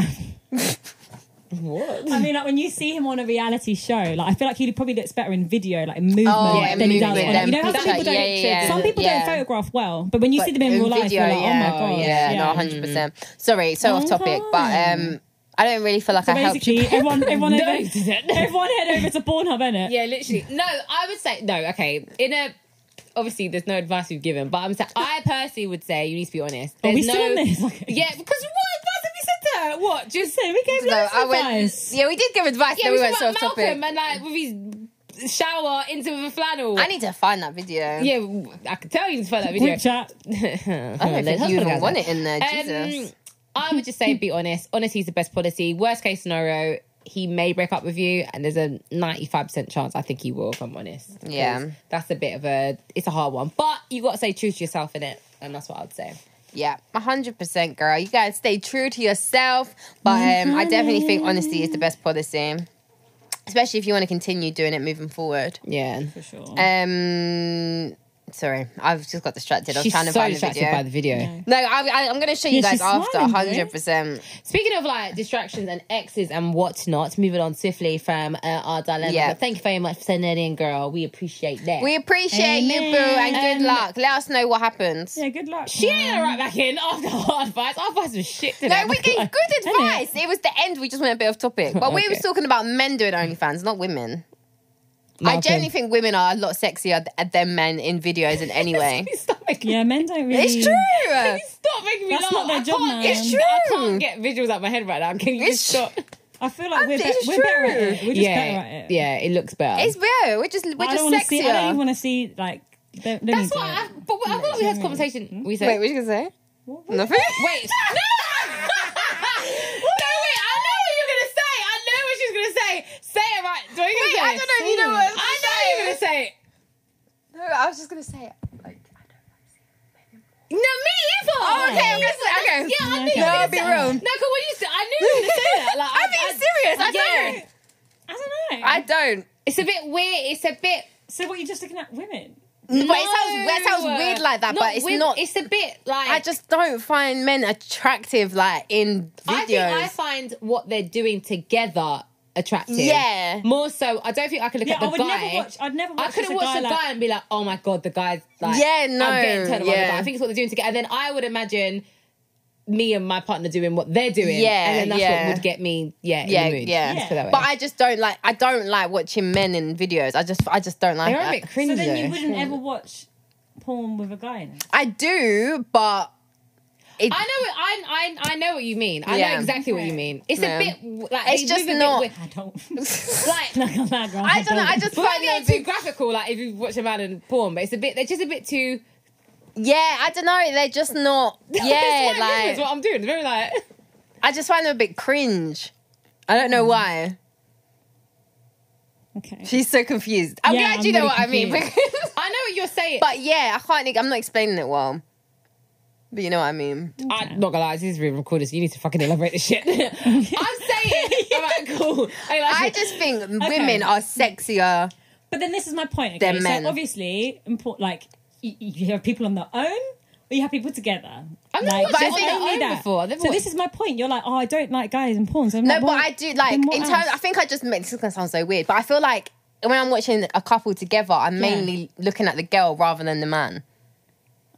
E: But *laughs*
B: *laughs*
D: what?
E: I mean, like when you see him on a reality show, like I feel like he probably looks better in video, like in movement,
B: Oh,
E: like,
B: in
E: than he does.
B: movement,
E: on-
B: than
E: you know how some
B: picture.
E: people don't,
B: Yeah, yeah, yeah.
E: some people
B: Yeah.
E: don't photograph well, but when you see them in,
B: in
E: real life,
B: video,
E: you're like,
B: yeah,
E: oh my god,
B: yeah, no, 100. percent Sorry, so off topic, but um, I don't really feel like
E: So
B: I helped
E: basically,
B: you.
E: *laughs* everyone, everyone,
D: No,
E: over-
D: you didn't.
E: everyone head over to Pornhub, innit?
D: Yeah, literally. *laughs* No, I would say no. Okay, in a obviously there's no advice we've given, but I'm saying I personally would say you need to be honest.
E: Are
D: There's
E: we
D: no,
E: still on this? Okay.
D: Yeah, because what advice have we said to her? What just
E: So *laughs* we gave
B: *laughs* No,
E: loads
B: I
E: of
B: went.
E: advice.
B: Yeah, we did give advice,
D: yeah,
B: but we
D: we talked
B: went so
D: about
B: off topic.
D: Malcolm and like with his shower into the flannel.
B: I need to find that video.
D: yeah, w- I could tell you to find that video.
E: Group chat.
B: I don't think you even want it in there.
D: Um,
B: Jesus.
D: I would just say be honest. Honesty is the best policy. Worst case scenario, he may break up with you, and there's a 95% chance I think he will, if I'm honest. 'Cause
B: Yeah.
D: That's a bit of a, it's a hard one. But you got to stay true to yourself in it. And that's what I would say.
B: Yeah, 100%, girl. You guys stay true to yourself. But um, I definitely think honesty is the best policy, especially if you want to continue doing it moving forward.
D: Yeah.
E: For sure.
B: Uh, Um, sorry, I've just got distracted. I was
D: She's
B: trying to
D: so
B: find the
D: distracted
B: video.
D: by the video.
B: no, I, I, I'm going to show you
E: Yeah,
B: guys
E: she's
B: after,
E: smiling, bro.
B: 100%.
D: Speaking of like distractions and exes and whatnot, moving on swiftly from uh, our dilemma.
B: Yeah.
D: But thank you very much for sending that in, girl. We appreciate that.
B: We appreciate you,
E: Amen.
B: boo, and good luck. Let us know what happens.
E: yeah, good luck.
D: she ain't right back in after *laughs* our advice. Our advice was shit today.
B: No, we
E: *laughs*
B: gave good advice. It was the end. We just went a bit off topic, but we
D: Okay.
B: was talking about men doing OnlyFans, not women. I
D: Malcolm.
B: generally think women are a lot sexier th- than men in videos in any
E: *laughs*
B: way.
D: *laughs* Stop making
E: Yeah, men don't really.
B: it's true.
D: Stop making me
E: That's
D: laugh.
E: not their
D: I
E: job,
D: can't,
E: man.
B: It's true.
D: I can't get visuals out my head right now. Can you
B: It's
D: just stop?
E: I feel like we're,
B: It's
E: be- we're better at it. We're just better
D: yeah,
E: at it.
D: yeah, it looks better.
B: It's real. We're just
E: I
B: we're just
E: don't want to see. I don't
B: sexier.
E: even want to see like. Don't, don't
D: That's
E: need
D: what
E: to.
D: I. But I thought we had this conversation. We
B: Wait,
D: said.
E: *laughs*
D: *laughs*
B: what you gonna say?
E: What- what-
B: Nothing.
D: Wait. Say it right. Do you
B: Wait, I don't know if you know what
D: I know you're gonna say it.
B: No, I was just gonna say it.
D: No, me either. Oh,
B: Okay, I'm gonna say okay.
D: Yeah, I think
B: No,
D: I'm
B: I'll
D: gonna
B: be
D: say-
B: real.
D: No, cause when you said, I knew you were gonna say
B: *laughs*
D: that. Like,
B: I'm being serious. I don't.
E: I don't know.
B: I don't.
D: It's a bit weird. It's a bit.
E: so what you're just looking at women?
B: But it sounds it sounds weird like that. but it's
D: weird,
B: not.
D: It's a bit like
B: I just don't find men attractive like in videos.
D: I think I find what they're doing together attractive.
B: Yeah.
D: More so, I don't think I could look
E: Yeah,
D: at the
E: I would
D: guy.
E: never watch. I'd never watch.
D: I
E: just
D: couldn't
E: a
D: watch
E: guy
D: the guy
E: like-
D: and be like, oh my god, the guy's like,
B: Yeah, no,
D: I'm getting turned around.
B: yeah.
D: But I think it's what they're doing together. And then I would imagine me and my partner doing what they're doing.
B: Yeah,
D: and then that's
B: yeah.
D: what would get me. Yeah, in
B: yeah,
D: the mood.
B: yeah.
D: Let's put it that way.
B: But I just don't like. I don't like watching men in videos. I just, I just don't like.
D: they're a
B: that.
D: bit cringy.
E: So then you
D: though.
E: wouldn't ever watch porn with a guy in it.
B: I do, but it,
D: I know. what- I I I know what you mean. I
B: Yeah.
D: know exactly what you mean. It's
B: Yeah.
D: a bit like
B: It's
D: they
B: just
D: move a bit
B: not-
D: weird.
E: I don't. *laughs*
D: like.
E: Not gonna lie, girl,
B: *laughs* I don't know. I just
D: But
B: find
D: they're
B: it a
D: too
B: bit,
D: graphical, like if you watch a man in porn, but it's a bit. They're just a bit too.
B: yeah. I don't know. They're just
D: *laughs*
B: not. Yeah,
D: It's like, this is
B: like
D: what I'm doing. It's very like.
B: I just find them a bit cringe. I don't know why.
E: Okay. *laughs*
B: She's so confused. I'm
E: Yeah,
B: glad
E: I'm
B: you know
E: really
B: what I mean.
E: confused.
B: *laughs* Because,
D: I know what you're saying.
B: but yeah, I can't. I'm not explaining it well. But you know what I mean.
D: I'm not gonna lie, this is being recorded, so you need to fucking elaborate this *laughs* shit. I'm
B: *laughs*
D: saying, all right, cool. I, like
B: I
D: it.
B: just think women are sexier.
E: But then this is my point. Okay?
B: They're
E: so
B: men.
E: obviously, import like you, you have people on their own, or you have people together.
D: I've never
E: like,
D: watched
B: it on their
E: only
D: own before. I've never
E: so
D: watched-
E: this is my point. You're like, oh, I don't like guys in porn. So I'm
B: No,
E: like,
B: but
E: well,
B: I do like
E: then what
B: in terms.
E: else?
B: I think I just make this is gonna sound so weird, but I feel like when I'm watching a couple together, I'm mainly looking at the girl rather than the man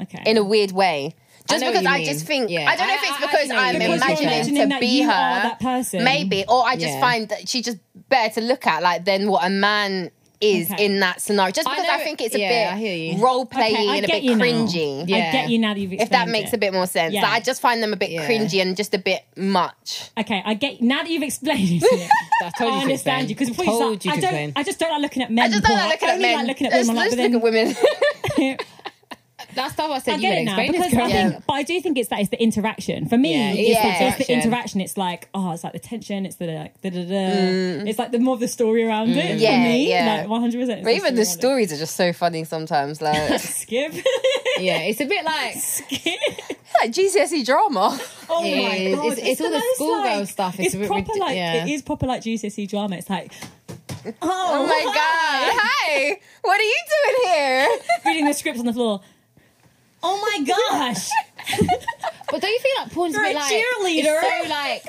E: okay.
B: in a weird way. Just
D: know what
B: because
D: you
B: I
D: mean.
B: just think
D: Yeah.
B: I don't know
D: I-
B: if it's
D: I- I
B: because
D: know what
B: I, am
D: you mean.
E: Because you're
B: imagining,
E: imagining
B: to
E: that
B: be
E: you
B: her,
E: are that person.
B: maybe, or I just
D: Yeah.
B: find that she's just better to look at like than what a man is
E: Okay.
B: in that scenario. Just
D: I
B: because
D: know
B: I,
D: it-
B: think it's a
D: yeah, I hear
B: bit
D: you.
B: role
E: Okay,
B: playing
E: I
B: and a
E: get
B: bit
E: you now.
B: cringy.
E: I
D: Yeah.
E: get you now that you've
B: If
E: explained
B: that makes
E: it.
B: a bit more sense,
E: Yeah.
B: Like, I just find them a bit
D: Yeah.
B: cringy and just a bit much.
E: Okay, I get now that you've
B: *laughs*
E: explained it.
D: I told you
E: I
D: to
E: understand you because
D: explain.
E: before you
D: told
E: start, I
D: you to
E: don't.
D: explain.
E: I just don't like looking at men.
B: I just don't like looking at
E: only
B: men.
E: like looking at
B: Let's-
E: women. Like,
B: let's
E: but then,
B: look at
E: *laughs*
B: women.
D: That's the I said.
E: I
D: you
E: get
D: better
E: it now
D: explain this,
E: because
D: girl.
E: I think, but I do think it's that it's the interaction for me.
D: Yeah,
E: it's,
B: yeah.
E: the, it's the
D: Interaction.
E: interaction. It's like oh, it's like the tension. It's the like da da da.
D: Mm.
E: It's like the more of the story around it.
B: Yeah,
E: for me,
B: yeah.
E: like one hundred percent.
B: But even the stories are just so funny
E: *laughs*
B: sometimes. Like,
E: Skip.
D: *laughs* yeah, it's a bit like
E: Skip.
B: like GCSE E drama.
E: Oh
D: Yeah,
E: my
D: it's-
E: god!
D: it's- it's all the
E: most,
D: schoolgirl
E: like-
D: stuff.
E: It's,
D: It's a bit
E: proper
D: ridic-
E: like
D: yeah.
E: it is proper like GCSE drama. It's
D: *laughs*
E: like oh,
B: Oh my
E: hi.
B: god! Hi, what are you doing here?
E: *laughs* reading the scripts on the floor. Oh my
D: *laughs*
E: gosh!
D: But don't you feel like porn's a
E: You're
D: bit
E: a
D: like
E: cheerleader.
D: it's so like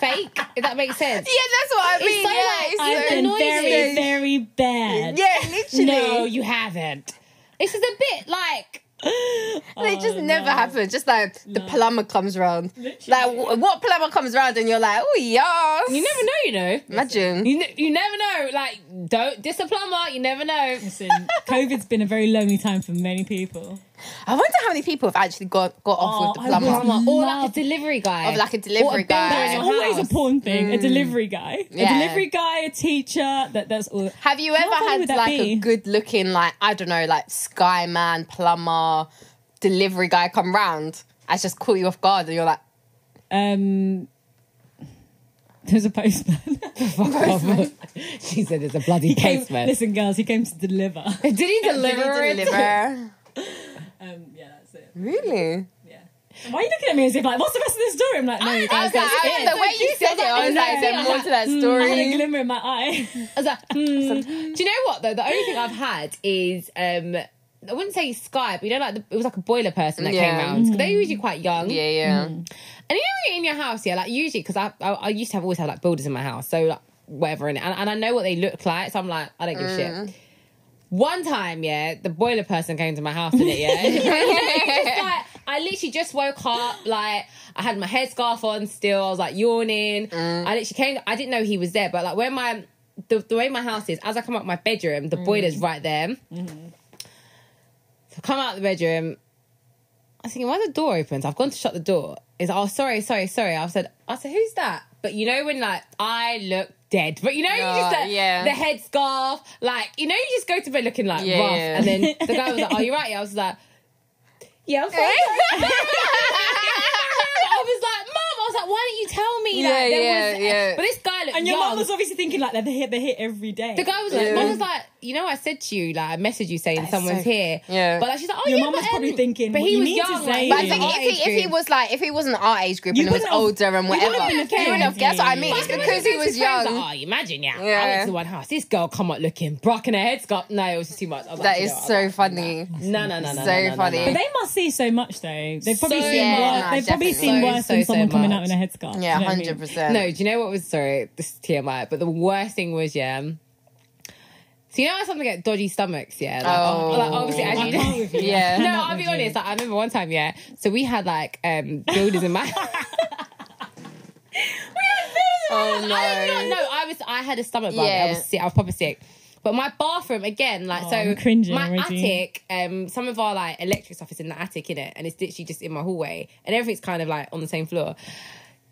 D: fake? If that makes sense.
B: *laughs* Yeah, that's what I mean.
D: so, like,
B: yeah,
E: I've
D: so
E: been very,
D: noisy.
E: very bad.
B: yeah, literally.
D: No, you haven't. This is a bit like
B: It
E: Oh,
B: just never happens. Just like the plumber comes round. Like wh- what plumber comes round and you're like, oh yeah.
D: you never know. You know.
B: Imagine.
D: You, ne- you never know. Like don't discipline mark. You never know.
E: Listen, COVID's been a very lonely time for many people.
B: I wonder how many people have actually got got
E: Oh,
B: off with the
E: I
B: plumber.
E: would-
D: Or like
E: Love.
D: a delivery guy.
B: Of like
D: *laughs*
B: a delivery
D: builder
B: guy.
D: in
E: It's
D: your
E: always
D: house.
E: a porn thing. A delivery guy,
B: Yeah.
E: a delivery guy, a teacher. That that's all.
B: Have you
E: How
B: ever
E: funny
B: had
E: would that
B: like a
E: be?
B: good looking, like I don't know, like sky man, plumber, delivery guy come round? I just caught you off guard, and you're like,
E: Um, there's a
B: *laughs*
E: postman.
D: she said it's a *laughs* bloody
E: Came-
D: postman.
E: Listen, girls, he came to
B: *laughs*
E: deliver.
D: Did he
B: "Did
D: deliver
B: he
D: it?
B: deliver?
E: Um, yeah, that's it.
B: really?
E: Why are you looking at me as if like, what's the rest of the story? I'm like, no, you
B: I
E: guys.
B: was like, I, the way you said it, I was like, there's more to that
E: I had a
B: story.
E: glimmer in my eye. *laughs*
D: I was like, hmm. do you know what though? The only thing I've had is um, I wouldn't say Skype. You know, like the, it was like a boiler person that
B: Yeah.
D: came round. 'Cause They're usually quite young.
B: Yeah, yeah.
D: And you know, when you're in your house, yeah, like usually because I, I I used to have always have like builders in my house, so like whatever, and and, and I know what they look like, so I'm like, I don't give a
B: Mm.
D: shit. One time, yeah, the boiler person came to my house in it, yeah. *laughs*
B: *laughs*
D: And it was like, I literally just woke up, like I had my headscarf on still, I was like yawning.
B: Mm.
D: I literally came I didn't know he was there, but like where my the, the way my house is, as I come out my bedroom, the
B: Mm.
D: boiler's right there. So I come out the bedroom, I was thinking, why the door opens? I've gone to shut the door. Is oh sorry, sorry, sorry. I said, I said, who's that? But you know when like I look dead, but you know you just
B: Yeah,
D: like,
B: yeah.
D: the headscarf, like you know you just go to bed looking like
B: Yeah,
D: rough,
B: yeah.
D: and then the guy
B: *laughs*
D: was like, oh you're right, yeah. I was like, yeah, I'm fine. I was like, mom, I was like, why didn't you tell me
B: Yeah,
D: that there
B: yeah,
D: was?
B: yeah.
D: But this guy looked
E: And your
D: young.
E: mum was obviously thinking like that they hit they hit every day.
D: the guy was like,
B: Yeah.
D: mum was like, you know, I said to you, like, I messaged you saying someone's
B: so-
D: here.
B: Yeah.
D: But like, she's like, oh,
E: Your
D: yeah,
E: mum
D: but,
E: was probably
D: um,
E: thinking,
D: but
E: what
D: he
E: you
D: was
E: mean to
D: young.
E: say?
D: Like,
B: But I
E: Yeah.
B: think
D: our
B: if he,
D: age
B: if he
D: group.
B: was like if he wasn't our age group
E: You
B: and he was
E: wouldn't have-
B: older and whatever,
E: wouldn't have been
B: you wouldn't have- that's what I mean.
E: offended.
B: It's because he was
D: Like,
B: young.
D: oh, you imagine, yeah. I
B: Yeah.
D: went to one house. This girl come out looking brock in her headscarf. No, it was just too much. I was like,
B: That
D: you
B: is
D: know what, I
B: so
D: was
B: funny.
D: like, No, no, no, no.
B: so
D: no, no, no,
B: funny.
E: But
D: No.
E: they must see so much though. They've probably
D: So-
E: seen
B: Yeah,
E: worse.
B: no,
E: They've probably
B: definitely.
E: seen
D: So-
E: worse
D: so,
E: than
D: so
E: someone coming
D: much.
E: out in a headscarf. Do
B: Yeah,
E: you know what I mean?
B: hundred percent.
D: No, do you know what was sorry? This is TMI, but the worst thing was yeah. um, So you know how something get dodgy stomachs, yeah. Like,
B: Oh.
D: like, obviously, as
E: I
D: you
E: can't
D: know.
E: with you.
B: Yeah.
D: No, I'll be honest. Like, I remember one time, yeah. So we had like um builders
B: *laughs*
D: in my. *laughs*
B: Oh no.
D: I did not know. I was. I had a stomach bug. I
B: Yeah.
D: was sick. I was proper sick. But my bathroom again, like
E: Oh,
D: so.
E: I'm cringing
D: my
E: already.
D: attic. Um, some of our like electric stuff is in the attic in it, and it's literally just in my hallway, and everything's kind of like on the same floor.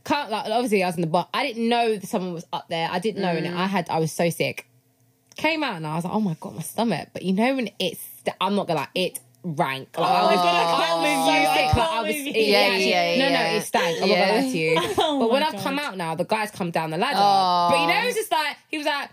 D: Can't like obviously I was in the bar. I didn't know that someone was up there. I didn't know, and I had. I was so sick. Came out and I was like, oh my god, my stomach. But you know when it's. I'm not gonna lie, it rank. Like, I was,
E: can't
D: I was
E: with you,
D: so
E: I
D: sick. Like,
E: can't
D: I was.
E: with you.
D: it
B: Yeah,
D: actually-
B: yeah,
D: No,
B: yeah.
D: no, it stank. I'm not
B: Yeah.
D: gonna lie to you.
E: *laughs* *laughs* Oh
D: but when
E: my
D: I've come
E: God.
D: out now, the guys come down the ladder.
B: Oh.
D: But you know, it was just like he was like,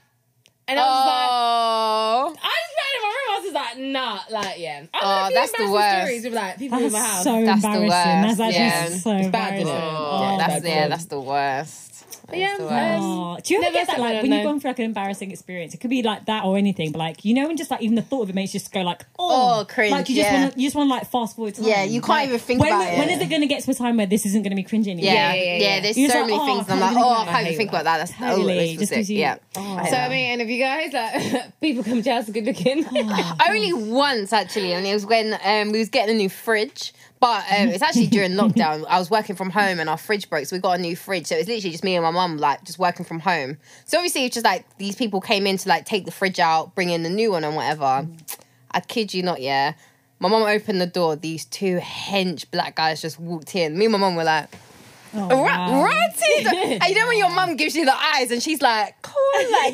D: and I was like.
B: Oh.
D: I just ran in my room. I was just like, nah, like, yeah. I
B: Oh,
D: was
B: that's the worst.
D: Stories of, like, people in my
E: That's
D: house.
E: so
B: That's the
E: embarrassing.
B: worst,
E: That's actually
B: yeah.
E: so
D: It's bad,
E: embarrassing.
D: isn't it?
B: Oh,
E: Oh,
B: that's
D: that's
B: yeah,
D: good.
B: that's the worst. That's
D: Yeah,
B: the
D: no.
B: worst.
E: Oh, do you ever
D: Never
E: get that
D: said I
E: like
D: don't
E: when you've
D: know.
E: gone through like an embarrassing experience? It could be like that or anything, but like you know, when just like even the thought of it makes you just go like, oh,
B: Oh, cringe,
E: Like you just
B: yeah.
E: want to, you just want to like fast forward. Time.
B: Yeah, you can't
E: Like,
B: even think
E: when,
B: about
E: When
B: it.
E: is it going to get to a time where this isn't going to be cringy anymore?
B: Yeah, yeah,
D: yeah, yeah.
B: There's
E: You're
B: so
E: just like,
B: many
E: oh,
B: things.
E: I can't
B: I'm like,
E: even
B: oh,
E: think
B: I
E: about that.
B: can't even think about that. That's
E: Totally.
B: oh, that's
E: Just
B: sick.
E: gives you-
B: Yeah.
E: Oh.
B: I hate
D: So,
B: that.
D: I mean, and if you
B: *laughs*
D: guys, like, people come to us good looking.
B: Only once actually, and it was when um, we was getting a new fridge. But um, it's actually during lockdown. I was working from home, and our fridge broke, so we got a new fridge. So it's literally just me and my mum, like just working from home. So obviously, it's just like these people came in to like take the fridge out, bring in the new one, and whatever. I kid you not, yeah. My mum opened the door. These two hench black guys just walked in. Me and my mum were like,
E: Oh,
B: Ra-
E: wow. *laughs*
B: ratty. and you know when your mum gives you the eyes and she's like, cool, like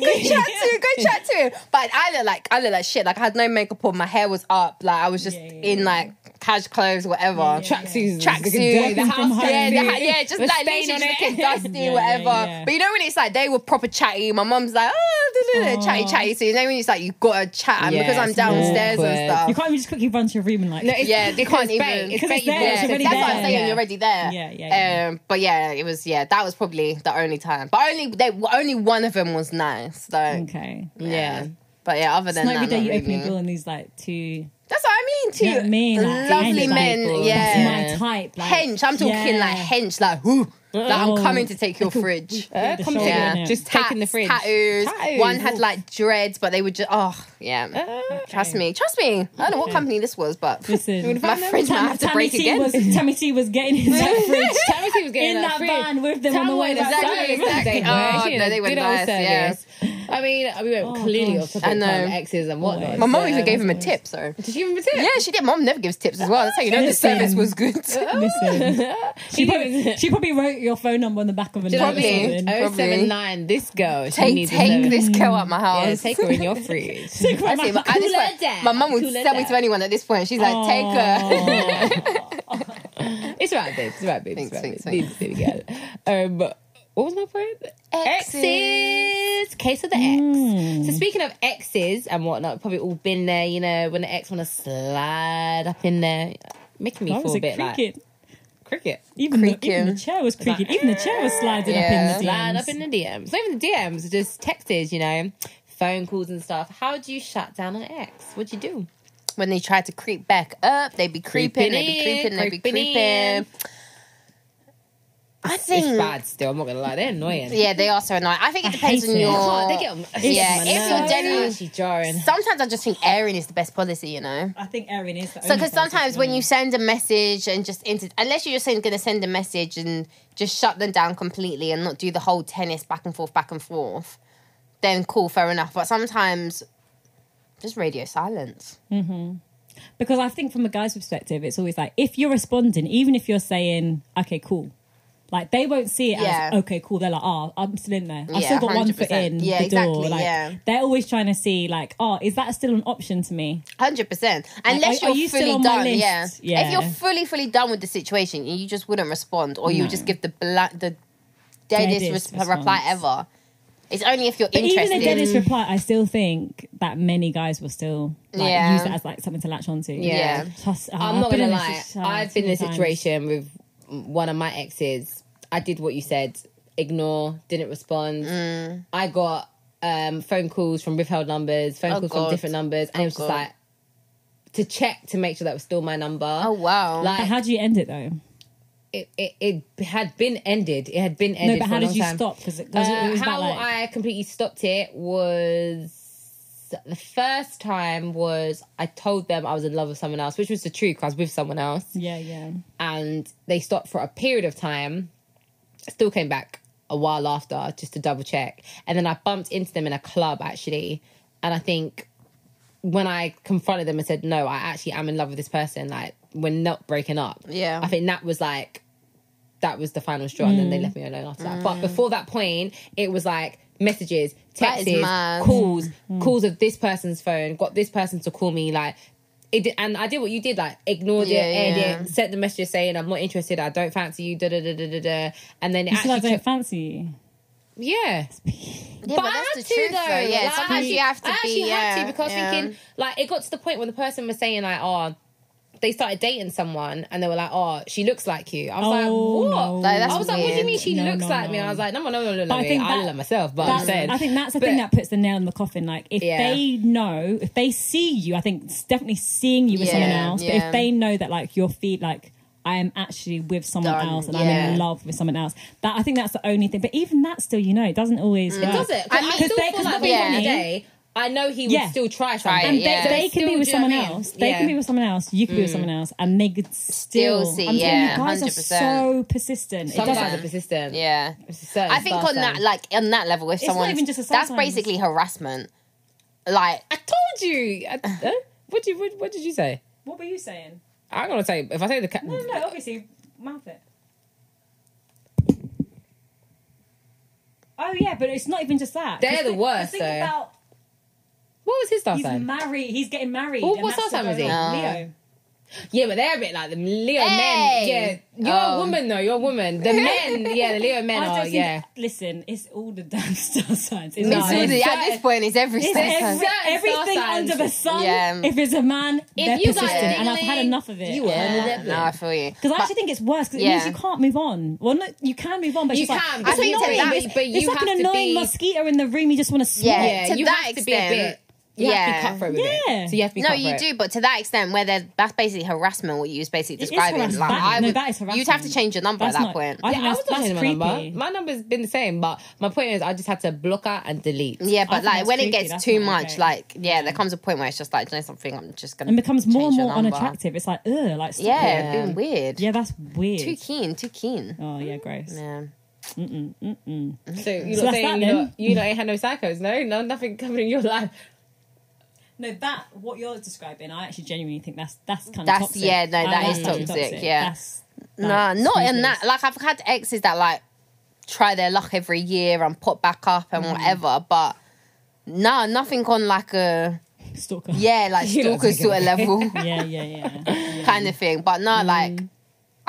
E: *laughs*
B: go chat to him, go chat to him. But I look like I look like shit. Like I had no makeup on, my hair was up, like I was just
E: Yeah, yeah,
B: in like cash clothes, whatever.
D: Tracksuits.
B: Tracksuits.
D: The house
E: From home.
B: Yeah,
D: tracksuit.
B: the, ha-
E: *laughs*
B: yeah, just
D: The
B: like
D: stain
B: literally
D: on
B: just
D: it.
B: looking dusty,
E: yeah,
B: whatever.
E: yeah.
B: But you know when it's like they were proper chatty, my mum's like, oh, duh, duh, duh, chatty,
E: Aw.
B: chatty. So you know when it's like you gotta chat, and because
D: Yeah,
B: I'm
D: it's
B: downstairs
D: awkward.
B: and stuff.
E: You can't even just quickly run to your room and like.
D: No, it's,
B: Yeah, they
D: because
B: can't
D: it's
B: even-
D: bait. It's
E: because
D: bait
E: it's
D: you
E: there,
D: bought.
E: it's already
B: Yeah, that's
E: there.
B: what I'm saying.
E: Yeah.
B: You're already there.
E: Yeah, yeah,
B: Um, but yeah, it was yeah. That was probably the only time. But only they, only one of them was nice. Like
E: Okay.
D: Yeah.
B: But yeah, other
E: Mm, It's
B: than
E: not
B: that,
E: every day
B: not
E: you open your
B: really.
E: door and these like two.
B: That's what I mean too.
E: You know what I mean? Like,
B: Lovely
E: hench, like,
B: men,
E: people.
B: yeah.
E: That's my type. Like,
B: hench. I'm talking
E: yeah.
B: like hench. Like who? Like I'm
E: Oh.
B: coming to
E: *laughs*
B: take your fridge.
D: Uh,
E: the
D: come
E: shoulder,
D: yeah.
E: innit?
D: Just taking the
B: Tats,
D: fridge.
B: Tattoos.
D: Tattoos,
B: One had
D: oof.
B: like dreads, but they were just oh yeah.
D: *laughs* Uh,
B: Trust me, trust me. I don't know what company this was, but *laughs*
E: Listen,
B: my fridge might have to
E: Tammy
B: break
E: T
B: again.
E: was Tammy T was getting in
B: *laughs*
E: that fridge
D: Tammy T was getting
E: in that
D: free.
E: van with them on the
D: Tammy
E: way
D: was
E: back.
B: exactly-
E: home.
B: exactly. Oh,
D: She did
B: no,
D: a
B: they were
D: good old
B: nice, yeah.
D: service. I mean, we went
E: Oh,
D: clearly
E: gosh.
D: off
B: I
D: topic
B: know.
D: time exes and whatnot.
E: Always.
B: My mum even
D: So-
B: gave him a tip,
D: *laughs*
B: so.
D: Did you remember
B: Yeah, she did. Mom never gives tips as well. That's how you know the
E: Listen.
B: service was
D: *laughs*
B: good.
E: Listen, she probably,
B: *laughs*
D: it?
E: she probably wrote your phone number on the back of a note. or
B: Probably.
E: something. *laughs*
B: Probably.
D: Oh seven nine. This girl. She
B: *laughs* Take,
D: needs a
B: take
D: service.
B: this girl out my house. *laughs*
D: Yeah, take her in your fridge.
E: Take my-
B: I see, my, at this
D: Cooler
B: point,
D: down,
B: my mum would
D: cooler
B: sell me
D: down.
B: to anyone at this point. She's like, take her. *laughs*
D: *laughs*
E: Oh.
D: It's right, babe. It's right, babe.
B: Thanks,
D: It's right,
B: thanks,
D: babe. Baby, baby girl. Um, what was my point?
B: Exes. Hmm.
D: Exes. Case of the ex. So speaking of exes and whatnot, probably all been there. You know, when the ex want to slide up in there, making me
E: That
D: feel
E: was
D: a
E: a
D: bit like
E: cricket.
D: cricket.
E: Even the, even
B: Creaking.
E: the chair was creaking. Even the chair was sliding
B: Yeah.
E: up in the DMs.
D: Slide up in the DMs. Not even the DMs, just texts. You know, phone calls and stuff. How do you shut down an ex? What'd you do?
B: When they tried to creep back up, they'd be creeping,
D: Creeping
B: they'd be
D: in,
B: creeping, they'd be
D: creeping
B: creeping.
D: in.
B: I
D: It's
B: think.
D: bad. Still, I'm not gonna lie. They're annoying.
B: Yeah, they are so annoying. I think it depends
E: hate
B: on
E: it.
B: your.
D: Oh, they get on.
B: Yeah,
D: it's
B: if
D: my
B: you're
D: nerves.
B: genuine-
D: It's actually jarring.
B: Sometimes I just think airing is the best policy, you know?
E: I think Erin is. The
B: So, because sometimes when you send a message and just inter- unless you're just going to send a message and just shut them down completely and not do the whole tennis back and forth, back and forth, then cool, fair enough. But sometimes just radio silence.
E: because I think from a guy's perspective, it's always like if you're responding, even if you're saying okay, cool, Like they won't see it
B: Yeah.
E: as okay, cool. They're like, oh, I'm still in there. I've
B: Yeah,
E: still got one foot
B: 100%.
E: in
B: Yeah,
E: the door.
B: exactly,
E: Like
B: yeah.
E: they're always trying to see, like, oh, is that still an option to me?
B: Hundred percent. Unless
E: are- are
B: you're
E: you still
B: fully
E: on my
B: done,
E: list?
B: yeah. If
E: Yeah.
B: you're fully, fully done with the situation, you just wouldn't respond, or you would
E: No.
B: just give the bla- the deadest,
E: Deadest
B: resp- reply
E: response.
B: ever. It's only if you're
E: But
B: interested.
E: even the deadest reply, I still think that many guys will still like,
B: Yeah.
E: use that as like something to latch onto.
B: Yeah.
E: Trust- oh,
D: I'm
E: I've
D: not
E: been
D: gonna
E: in
D: lie.
E: this, uh,
D: I've
E: too
D: been in a
E: many times.
D: situation with one of my exes. I did what you said. Ignore. Didn't respond.
E: Mm.
D: I got um, phone calls from withheld numbers. Phone
B: Oh,
D: calls
B: God.
D: from different numbers, and it was just
B: God.
D: like to check to make sure that was still my number.
B: oh wow.
E: But
D: Like
E: how do you end it though?
D: it, it, it had been ended. It had been
E: No,
D: ended.
E: but
D: for
E: how
D: a
E: did
D: long
E: you
D: time.
E: stop? Because it, 'cause it
D: Uh,
E: was
D: how
E: about like
D: I completely stopped it was the first time was I told them I was in love with someone else, which was the truth. 'cause I was with someone else,
E: yeah, yeah.
D: and they stopped for a period of time. Still came back a while after just to double check, and then I bumped into them in a club actually, and I think when I confronted them and said, "No, I actually am in love with this person. Like we're not breaking up."
B: Yeah.
D: I think that was like that was the final straw, and then
B: Mm.
D: they left me alone after that. But before that point, it was like messages,
B: That is
D: texts,
B: mad. Mm.
D: calls, calls of this person's phone, got this person to call me, like. It did, and I did what you did, like ignored
B: Yeah,
D: it, aired
B: yeah.
D: it, sent the message saying I'm not interested, I don't fancy you, da da da da da da, and then it
E: You still
D: actually
E: don't
D: took,
E: fancy you.
D: yeah,
B: yeah, but, that's the truth, though. Yeah,
D: Like,
B: sometimes you have to
D: I
B: be.
D: actually
B: yeah,
D: had to because
B: yeah.
D: thinking like it got to the point when the person was saying like, oh, they started dating someone and they were like, oh, she looks like you. I was
E: Oh,
D: like, what?
E: no.
B: Like, that's
D: I was like, what do
B: weird.
D: you mean she
E: No,
D: looks
E: no,
D: like me?
E: no.
D: And I was like, no, no, no, no, no.
E: But I
D: I,
E: think
D: I
E: that-
D: love myself, but I'm
E: That's-
D: saying,
E: I think that's the
D: But-
E: thing that puts the nail in the coffin. Like if
D: Yeah.
E: they know, if they see you, I think it's definitely seeing you with
B: Yeah,
E: someone else. But
B: yeah.
E: if they know that like your feet, like I am actually with someone
B: Done,
E: else and
B: yeah.
E: I'm in love with someone else. That I think that's the only thing. But even that still, you know, it doesn't always. It
D: does it?
B: I
D: I,
B: mean,
D: still
E: they-
D: feel
E: 'cause
D: like
E: they
D: yeah.
E: can-
D: today, I know he would
E: Yeah.
D: still try
B: Try
D: something.
B: it,
E: And
B: yeah.
E: they, they
D: Still,
E: can
D: do
E: be
D: you
E: with
D: know
E: someone
D: what I mean?
E: else. They
D: Yeah.
E: can be with someone else. You can be with someone else, and they could still.
B: see,
E: I'm
B: yeah,
E: telling you, guys are
B: 100%.
E: so persistent. It
D: Some
E: doesn't
D: guys are persistent.
B: yeah.
D: It's a certain
B: I think
D: style
B: on that,
D: thing.
B: like on that level, if
E: It's not
B: someone
E: even just a
B: that's
E: sometimes.
B: basically harassment. Like
D: I told you. I, *laughs* huh? what did you? What, what did you say?
E: What were you saying?
D: I'm gonna say if I say the cat.
E: No, no, obviously, mouth it. Oh yeah, but it's not even just that.
D: They're
E: 'Cause
D: the
E: thi-
D: worst,
E: Think
D: though.
E: about
D: What was his last
E: he's
D: name?
E: married. He's getting married.
D: Well,
E: and
D: what
E: that's
D: sort of
E: still
D: time is
E: going on.
D: he?
B: Uh,
E: Leo.
D: Yeah, but they're a bit like the Leo
B: Hey!
D: men. Yeah, you're
B: Oh.
D: a woman though. You're a
B: *laughs*
D: woman. The men. Yeah, the Leo men
E: I
D: are.
E: don't think-
D: Yeah.
E: Listen, it's all the *laughs* damn star signs. It's,
D: No,
E: all
B: it's
E: the-
B: all the- at
D: that-
B: this point, it's every
E: it's
B: side.
E: every-
D: Certain star
E: everything
D: signs.
E: under the sun.
B: Yeah.
E: If it's a man, they're
D: you guys
E: persistent, and I've
D: really-
E: had enough of it.
D: You are.
B: Yeah. No, I feel you.
E: Because I
B: But-
E: actually think it's worse because it
B: Yeah.
E: means you can't move on. Well, no, you can move on, but
D: You
E: it's just
D: can,
E: like,
D: but
E: it's
B: you take
E: annoying.
B: that-
E: It's,
D: but
E: it's
D: you
E: like an
D: have to
E: annoying
D: be-
E: mosquito in the room. You just want to swat.
B: Yeah.
D: Yeah,
B: to
D: you
B: that
D: have to be a
B: extent,
D: bit. You have to
B: yeah.
D: be cutthroat with
E: Yeah.
D: it. So you have to be
B: No,
D: cutthroat.
B: you do, but to that extent, where they're- that's basically harassment, what you was basically
E: is
B: describing.
E: harassment.
B: like, I
E: No,
B: would,
E: that is
B: You'd have to
E: harassment.
B: change your number
E: That's
B: at that
E: not-
B: point.
E: I think
D: Yeah, I was
E: that's,
D: not
E: that's
D: changing my
E: creepy.
D: number. My number's been the same, but my point is, I just had to block out and delete.
B: yeah, but
E: think
B: like
E: that's
B: when
E: creepy,
B: it gets
E: that's
B: too
E: not
B: much,
E: okay.
B: like yeah, there comes a point where it's just like, do you know something, I'm just gonna
E: and becomes more and
B: change your
E: more
B: number.
E: unattractive. It's like, ugh, like stop
B: Yeah,
E: it.
B: feeling weird.
E: yeah, that's weird.
B: Too keen, too keen.
E: Oh yeah, gross.
B: Yeah.
D: So you're
E: So
D: not
E: that's that
D: saying you
E: then.
D: not, you not ain't had no psychos, no, no, nothing coming in your life.
E: No, that what you're describing, I actually genuinely think that's that's kind of
B: That's-
E: toxic.
B: yeah, no,
E: I
B: that
E: like
B: is
E: kind of
B: toxic, yeah.
E: that's,
B: Nah,
E: like,
B: not in
E: sweetness.
B: that. Like I've had exes that like try their luck every year and pop back up
D: Mm.
B: and whatever, but nah, nothing on like a
E: stalker.
B: yeah, like
D: *laughs* You don't
B: stalker
D: think Mm.
B: sort of
D: *laughs*
B: level.
E: *laughs* yeah, yeah, yeah.
B: kind of thing. But no, like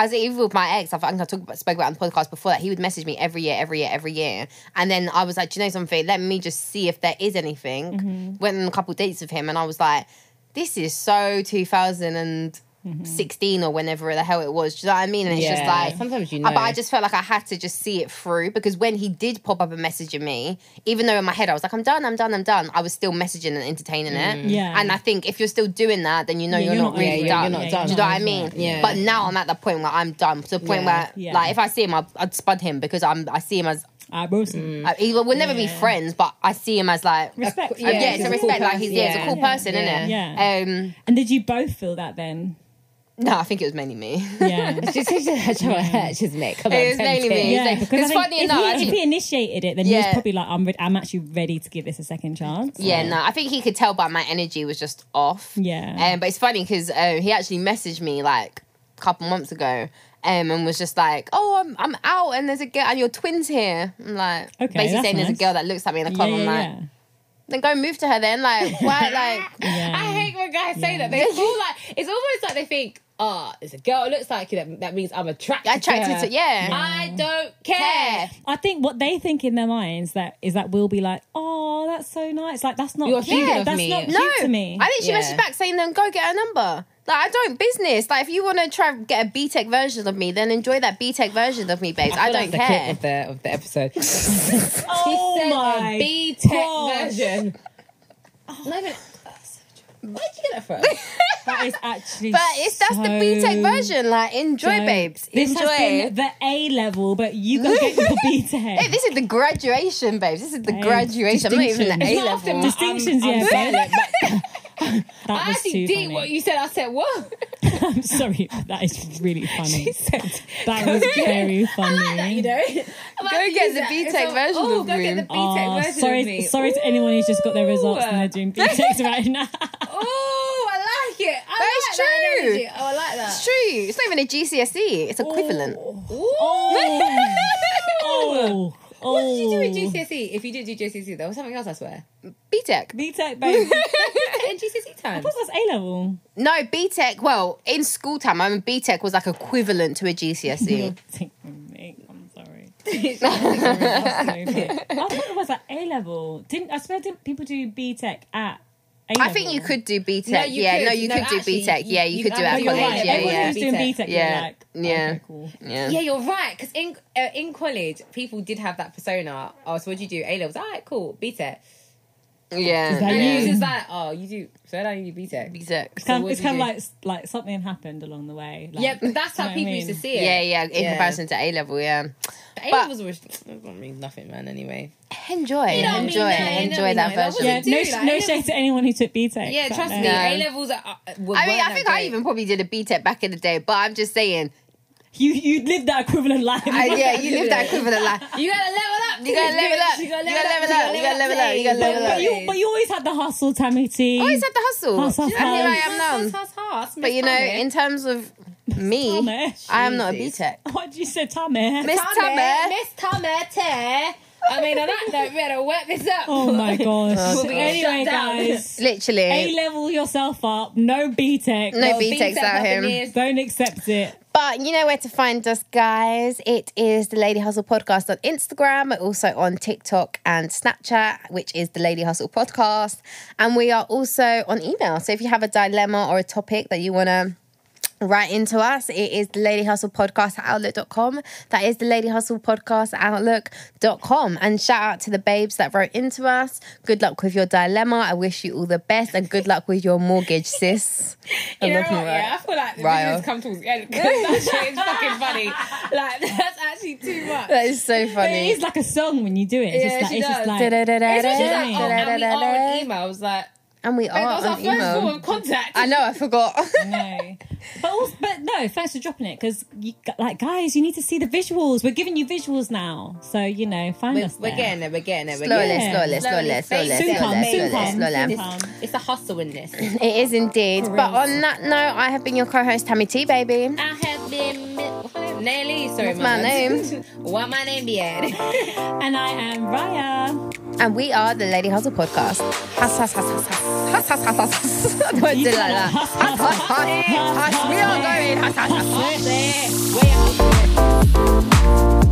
B: as even with my ex, I think I talked about, spoke about on the podcast before that he would message me every year, every year, every year, and then I was like, Do you know something? Let me just see if there is anything.
D: Mm-hmm.
B: Went on a couple dates with him, and I was like, this is so 2016 or whenever the hell it was. Do you know what I mean? And it's just
D: Yeah.
B: like
D: Sometimes you
B: Uh, But I
D: know.
B: just felt like I had to just see it through because when he did pop up and messaging me, even though in my head I was like, I'm done, I'm done, I'm done, I was still messaging and entertaining it.
E: Yeah.
B: And I think if you're still doing that, then you know
E: Yeah,
B: you're,
E: you're
B: not,
E: not
B: really
E: over it.
B: done.
E: Yeah, you're not
B: Do
E: done.
B: you know what I
E: Yeah.
B: mean?
D: Yeah.
B: But now I'm at that point where I'm done. To the point
D: Yeah.
B: where,
E: Yeah.
B: like, if I see him, I'd, I'd spud him because I'm. I see him as.
E: I mm.
B: I, he, we'll never be
E: Yeah.
B: friends, but I see him as like.
E: respect.
D: Yeah,
B: yeah, it's
D: he's
B: a
D: a cool
B: respect. like he's, yeah, he's a
D: person.
B: cool
E: Yeah.
B: person,
D: Yeah.
B: isn't
E: Yeah.
B: it? Um,
E: And did you both feel that then?
B: no, I think it was mainly me. *laughs*
E: Yeah.
D: She's just *laughs* hurt his neck. Come on,
B: It was
D: tempt
B: mainly me.
D: it.
E: Yeah,
B: It's like-
E: because I
B: it's
E: think
B: funny
E: if,
B: enough,
E: he,
B: I
E: if
B: think-
E: he initiated it, then he
B: Yeah.
E: was probably like, "I'm, re- I'm actually ready to give this a second chance."
B: Yeah, no, I think he could tell by my energy was just off.
E: Yeah.
B: uh, Um, but it's funny because um, he actually messaged me like a couple months ago um, and was just like, "Oh, I'm I'm out, and there's a girl, and your twins here." I'm like,
E: Okay,
B: basically
E: that's
B: saying there's a
E: nice.
B: girl that looks at me in the
E: Yeah,
B: club. I'm like,
E: yeah,
B: then go move to her.
E: *laughs*
B: Then like, why? Like,
E: yeah.
D: I hate when guys say that. They all like it's almost like they think, ah, there's a girl who looks like you. That, that means I'm attracted.
B: I attracted to yeah.
D: I don't care.
B: Care.
E: I think what they think in their minds that is that we'll be like, oh, that's so nice. Like that's not
D: You're
E: cute.
D: thinking of
E: that's
D: me.
E: not
B: No,
E: cute to me.
B: I think she
D: Yeah.
B: messaged back saying, "Then go get her number." Like, I don't business. Like, if you want to try and get a B Tech version of me, then enjoy that B Tech version of me, babes. I,
D: feel
B: don't
D: that's the
B: care.
D: clip of the of the episode. She
E: oh
D: said
E: my
D: a B Tech
E: God.
D: version. Not even. Where'd you get that from?
E: That is actually.
B: But it's that's the B Tech
E: so
B: version. Like, enjoy,
E: dope.
B: babes.
E: This
B: enjoy.
E: has been the A level, but you go get
D: *laughs*
E: your B
B: Hey,
E: Tech.
B: this is the graduation, babes. This is the
E: Hey,
B: graduation. I'm not even
E: distinction.
B: at A
E: It's
D: not often
B: level.
D: my-
E: Distinctions,
D: I'm-
E: yeah.
D: I'm saying
E: babe.
D: it, but
E: *laughs* That
D: *laughs* I
E: was
D: actually
E: too
D: did
E: funny.
D: what you said. I said, *laughs* "What?"
E: I'm *laughs* sorry, but that is
D: *laughs*
E: really funny.
D: said,
E: That was very funny.
D: you know, *laughs*
B: Go get the B Tech version
D: Oh,
B: of
D: go get
B: me.
D: the B Tech
E: Oh,
D: version
E: sorry,
D: of me.
E: sorry to anyone who's just got their results
D: Ooh.
E: and they're doing B
D: *laughs*
E: Techs right now.
D: Oh, I like it. I
B: That's
D: like that
B: true.
D: analogy. Oh, I like
B: It's
D: that.
B: true. It's not even a GCSE. E. It's equivalent.
E: Oh, oh, oh.
D: What did you do in GCSE? E, If you did do GCSE, there was something else, I *laughs* swear.
B: B E Tech.
E: Oh. B Tech, babe.
D: In GCSE time.
E: What's that's A level?
B: No, B Tech. Well, in school time, I mean, B Tech was like equivalent to a
D: *laughs*
B: GCSE.
E: Take from me. I'm sorry. I'm sorry, babe. I thought it was at A level. Didn't I swear? Didn't people do B Tech at? A level?
B: I think you could do B Tech.
D: No, you
B: yeah,
D: could.
B: no, you
D: No,
B: could do
D: actually,
B: B Tech.
D: you-
B: Yeah, you,
D: you-
B: could do
D: no,
B: it at
D: you're
B: college.
D: right.
B: Yeah,
E: Everyone
B: yeah.
E: who's doing B Tech,
B: Yeah.
E: yeah, like, oh,
B: Yeah.
E: Okay, cool.
B: yeah.
D: Yeah, you're right. Because in uh, in college, people did have that persona. Oh, so what'd you do? A levels. All right, cool. B Tech.
B: Yeah.
E: that
D: And it was
E: you?
D: just like, oh, you do. So now you do B E Tech.
B: B Tech.
E: It's kind,
D: what
E: of, it's
D: do you
E: kind of
D: do?
E: like s- like something happened along the way. Like,
D: Yeah, but that's
E: you
D: how
E: know what I
D: people
E: mean?
D: used to see it.
B: Yeah, yeah. In
D: Yeah.
B: comparison to A level, yeah.
D: A
B: But-
D: levels were. That don't mean nothing, man. Anyway.
B: Enjoy,
D: don't mean
B: enjoy,
D: that, it don't
B: enjoy
D: mean
B: that
D: that. That
B: version.
E: Yeah,
D: do,
E: no,
D: like,
E: no
D: A
E: shade to anyone who took B Tech. uh,
D: Yeah, trust me.
B: Yeah.
D: A levels are. are- were-
B: I mean,
D: weren't
B: I
D: that
B: think I
D: great.
B: even probably did a BTEC back in the day, but I'm just
D: *laughs*
B: saying.
E: You you lived that equivalent life.
B: I, yeah, you live that equivalent life.
D: *laughs* You gotta level up.
B: You gotta level up. You gotta level up. You gotta level up. You gotta level
E: *laughs* but,
B: up.
E: you, but you always had the hustle, Tammy T.
B: Always had the hustle.
E: Hustle,
B: and here I am
D: Hustle,
B: now.
D: hustle, hustle.
B: But you know,
D: Miss
B: in terms of me,
E: Tommy.
B: I am not a BTEC.
E: *laughs* What you said, Tommy?
B: Miss
D: Tommy,
B: Tubber.
D: Miss Tomete. I mean, on that note, we better work this up.
E: Oh my gosh.
D: We'll be
E: anyway,
D: shut down. *laughs*
E: guys, A
B: Literally.
E: level yourself up. No B Tech.
B: *laughs* No
D: Well,
B: B
D: being
B: takes
D: set
B: out
D: up in
B: him.
D: years.
E: Don't accept it.
B: But you know where to find us, guys. It is the Lady Hustle Podcast on Instagram, also on TikTok and Snapchat, which is the Lady Hustle Podcast. And we are also on email. So if you have a dilemma or a topic that you want to write into us, it is the Lady Hustle Podcast at outlook.com. That is the Lady Hustle Podcast at outlook.com. And shout out to the babes that wrote into us. Good luck with your dilemma. I wish you all the best and good luck with your mortgage, sis.
D: You know
B: love you,
D: what? Yeah, I feel like the
B: Ryo.
D: videos come to an end *laughs* because that shit is fucking funny. Like, that's actually
B: *laughs*
D: too much.
B: That is so
E: But
B: funny.
E: it is like a song when you do it. It's
D: Yeah,
E: just like,
D: she
E: it's
D: does.
E: just like
D: *laughs* Especially like,
E: Dang.
D: oh, and we are on
B: Da-da-da-da-da-da.
D: email. I was like,
B: And we
D: that
B: are
D: was our
B: on
D: first form
B: email.
D: of contact.
B: I know, I forgot.
E: no. But also, but no, thanks for dropping it because you like guys, you need to see the visuals. We're giving you visuals now, so you know, find
D: We're,
E: us
D: we're
E: there.
D: getting there, we're getting there, we're getting
B: Slowly,
E: Yeah.
B: slowly, slowly,
D: Slowly,
B: slowly,
E: soon come, soon
B: slowly,
E: come, soon
B: slowly.
E: come.
D: there. It's a hustle in this.
B: It is indeed.
E: For
B: But
E: real.
B: on that note, I have been your co-host, Tammy T, baby.
D: I have been Nelly. Sorry,
B: What's my
D: mama.
B: name?
D: *laughs* what my name be *laughs* at?
E: And I am Raya.
B: And we are the Lady Hustle Podcast. Huss, huss, huss, huss, huss. Huss, huss, huss, huss, huss. *laughs* Don't do it like that.
E: *laughs*
B: Huss, huss, huss, huss, huss. We are going. Huss, huss, huss.
E: That's it.
D: Where?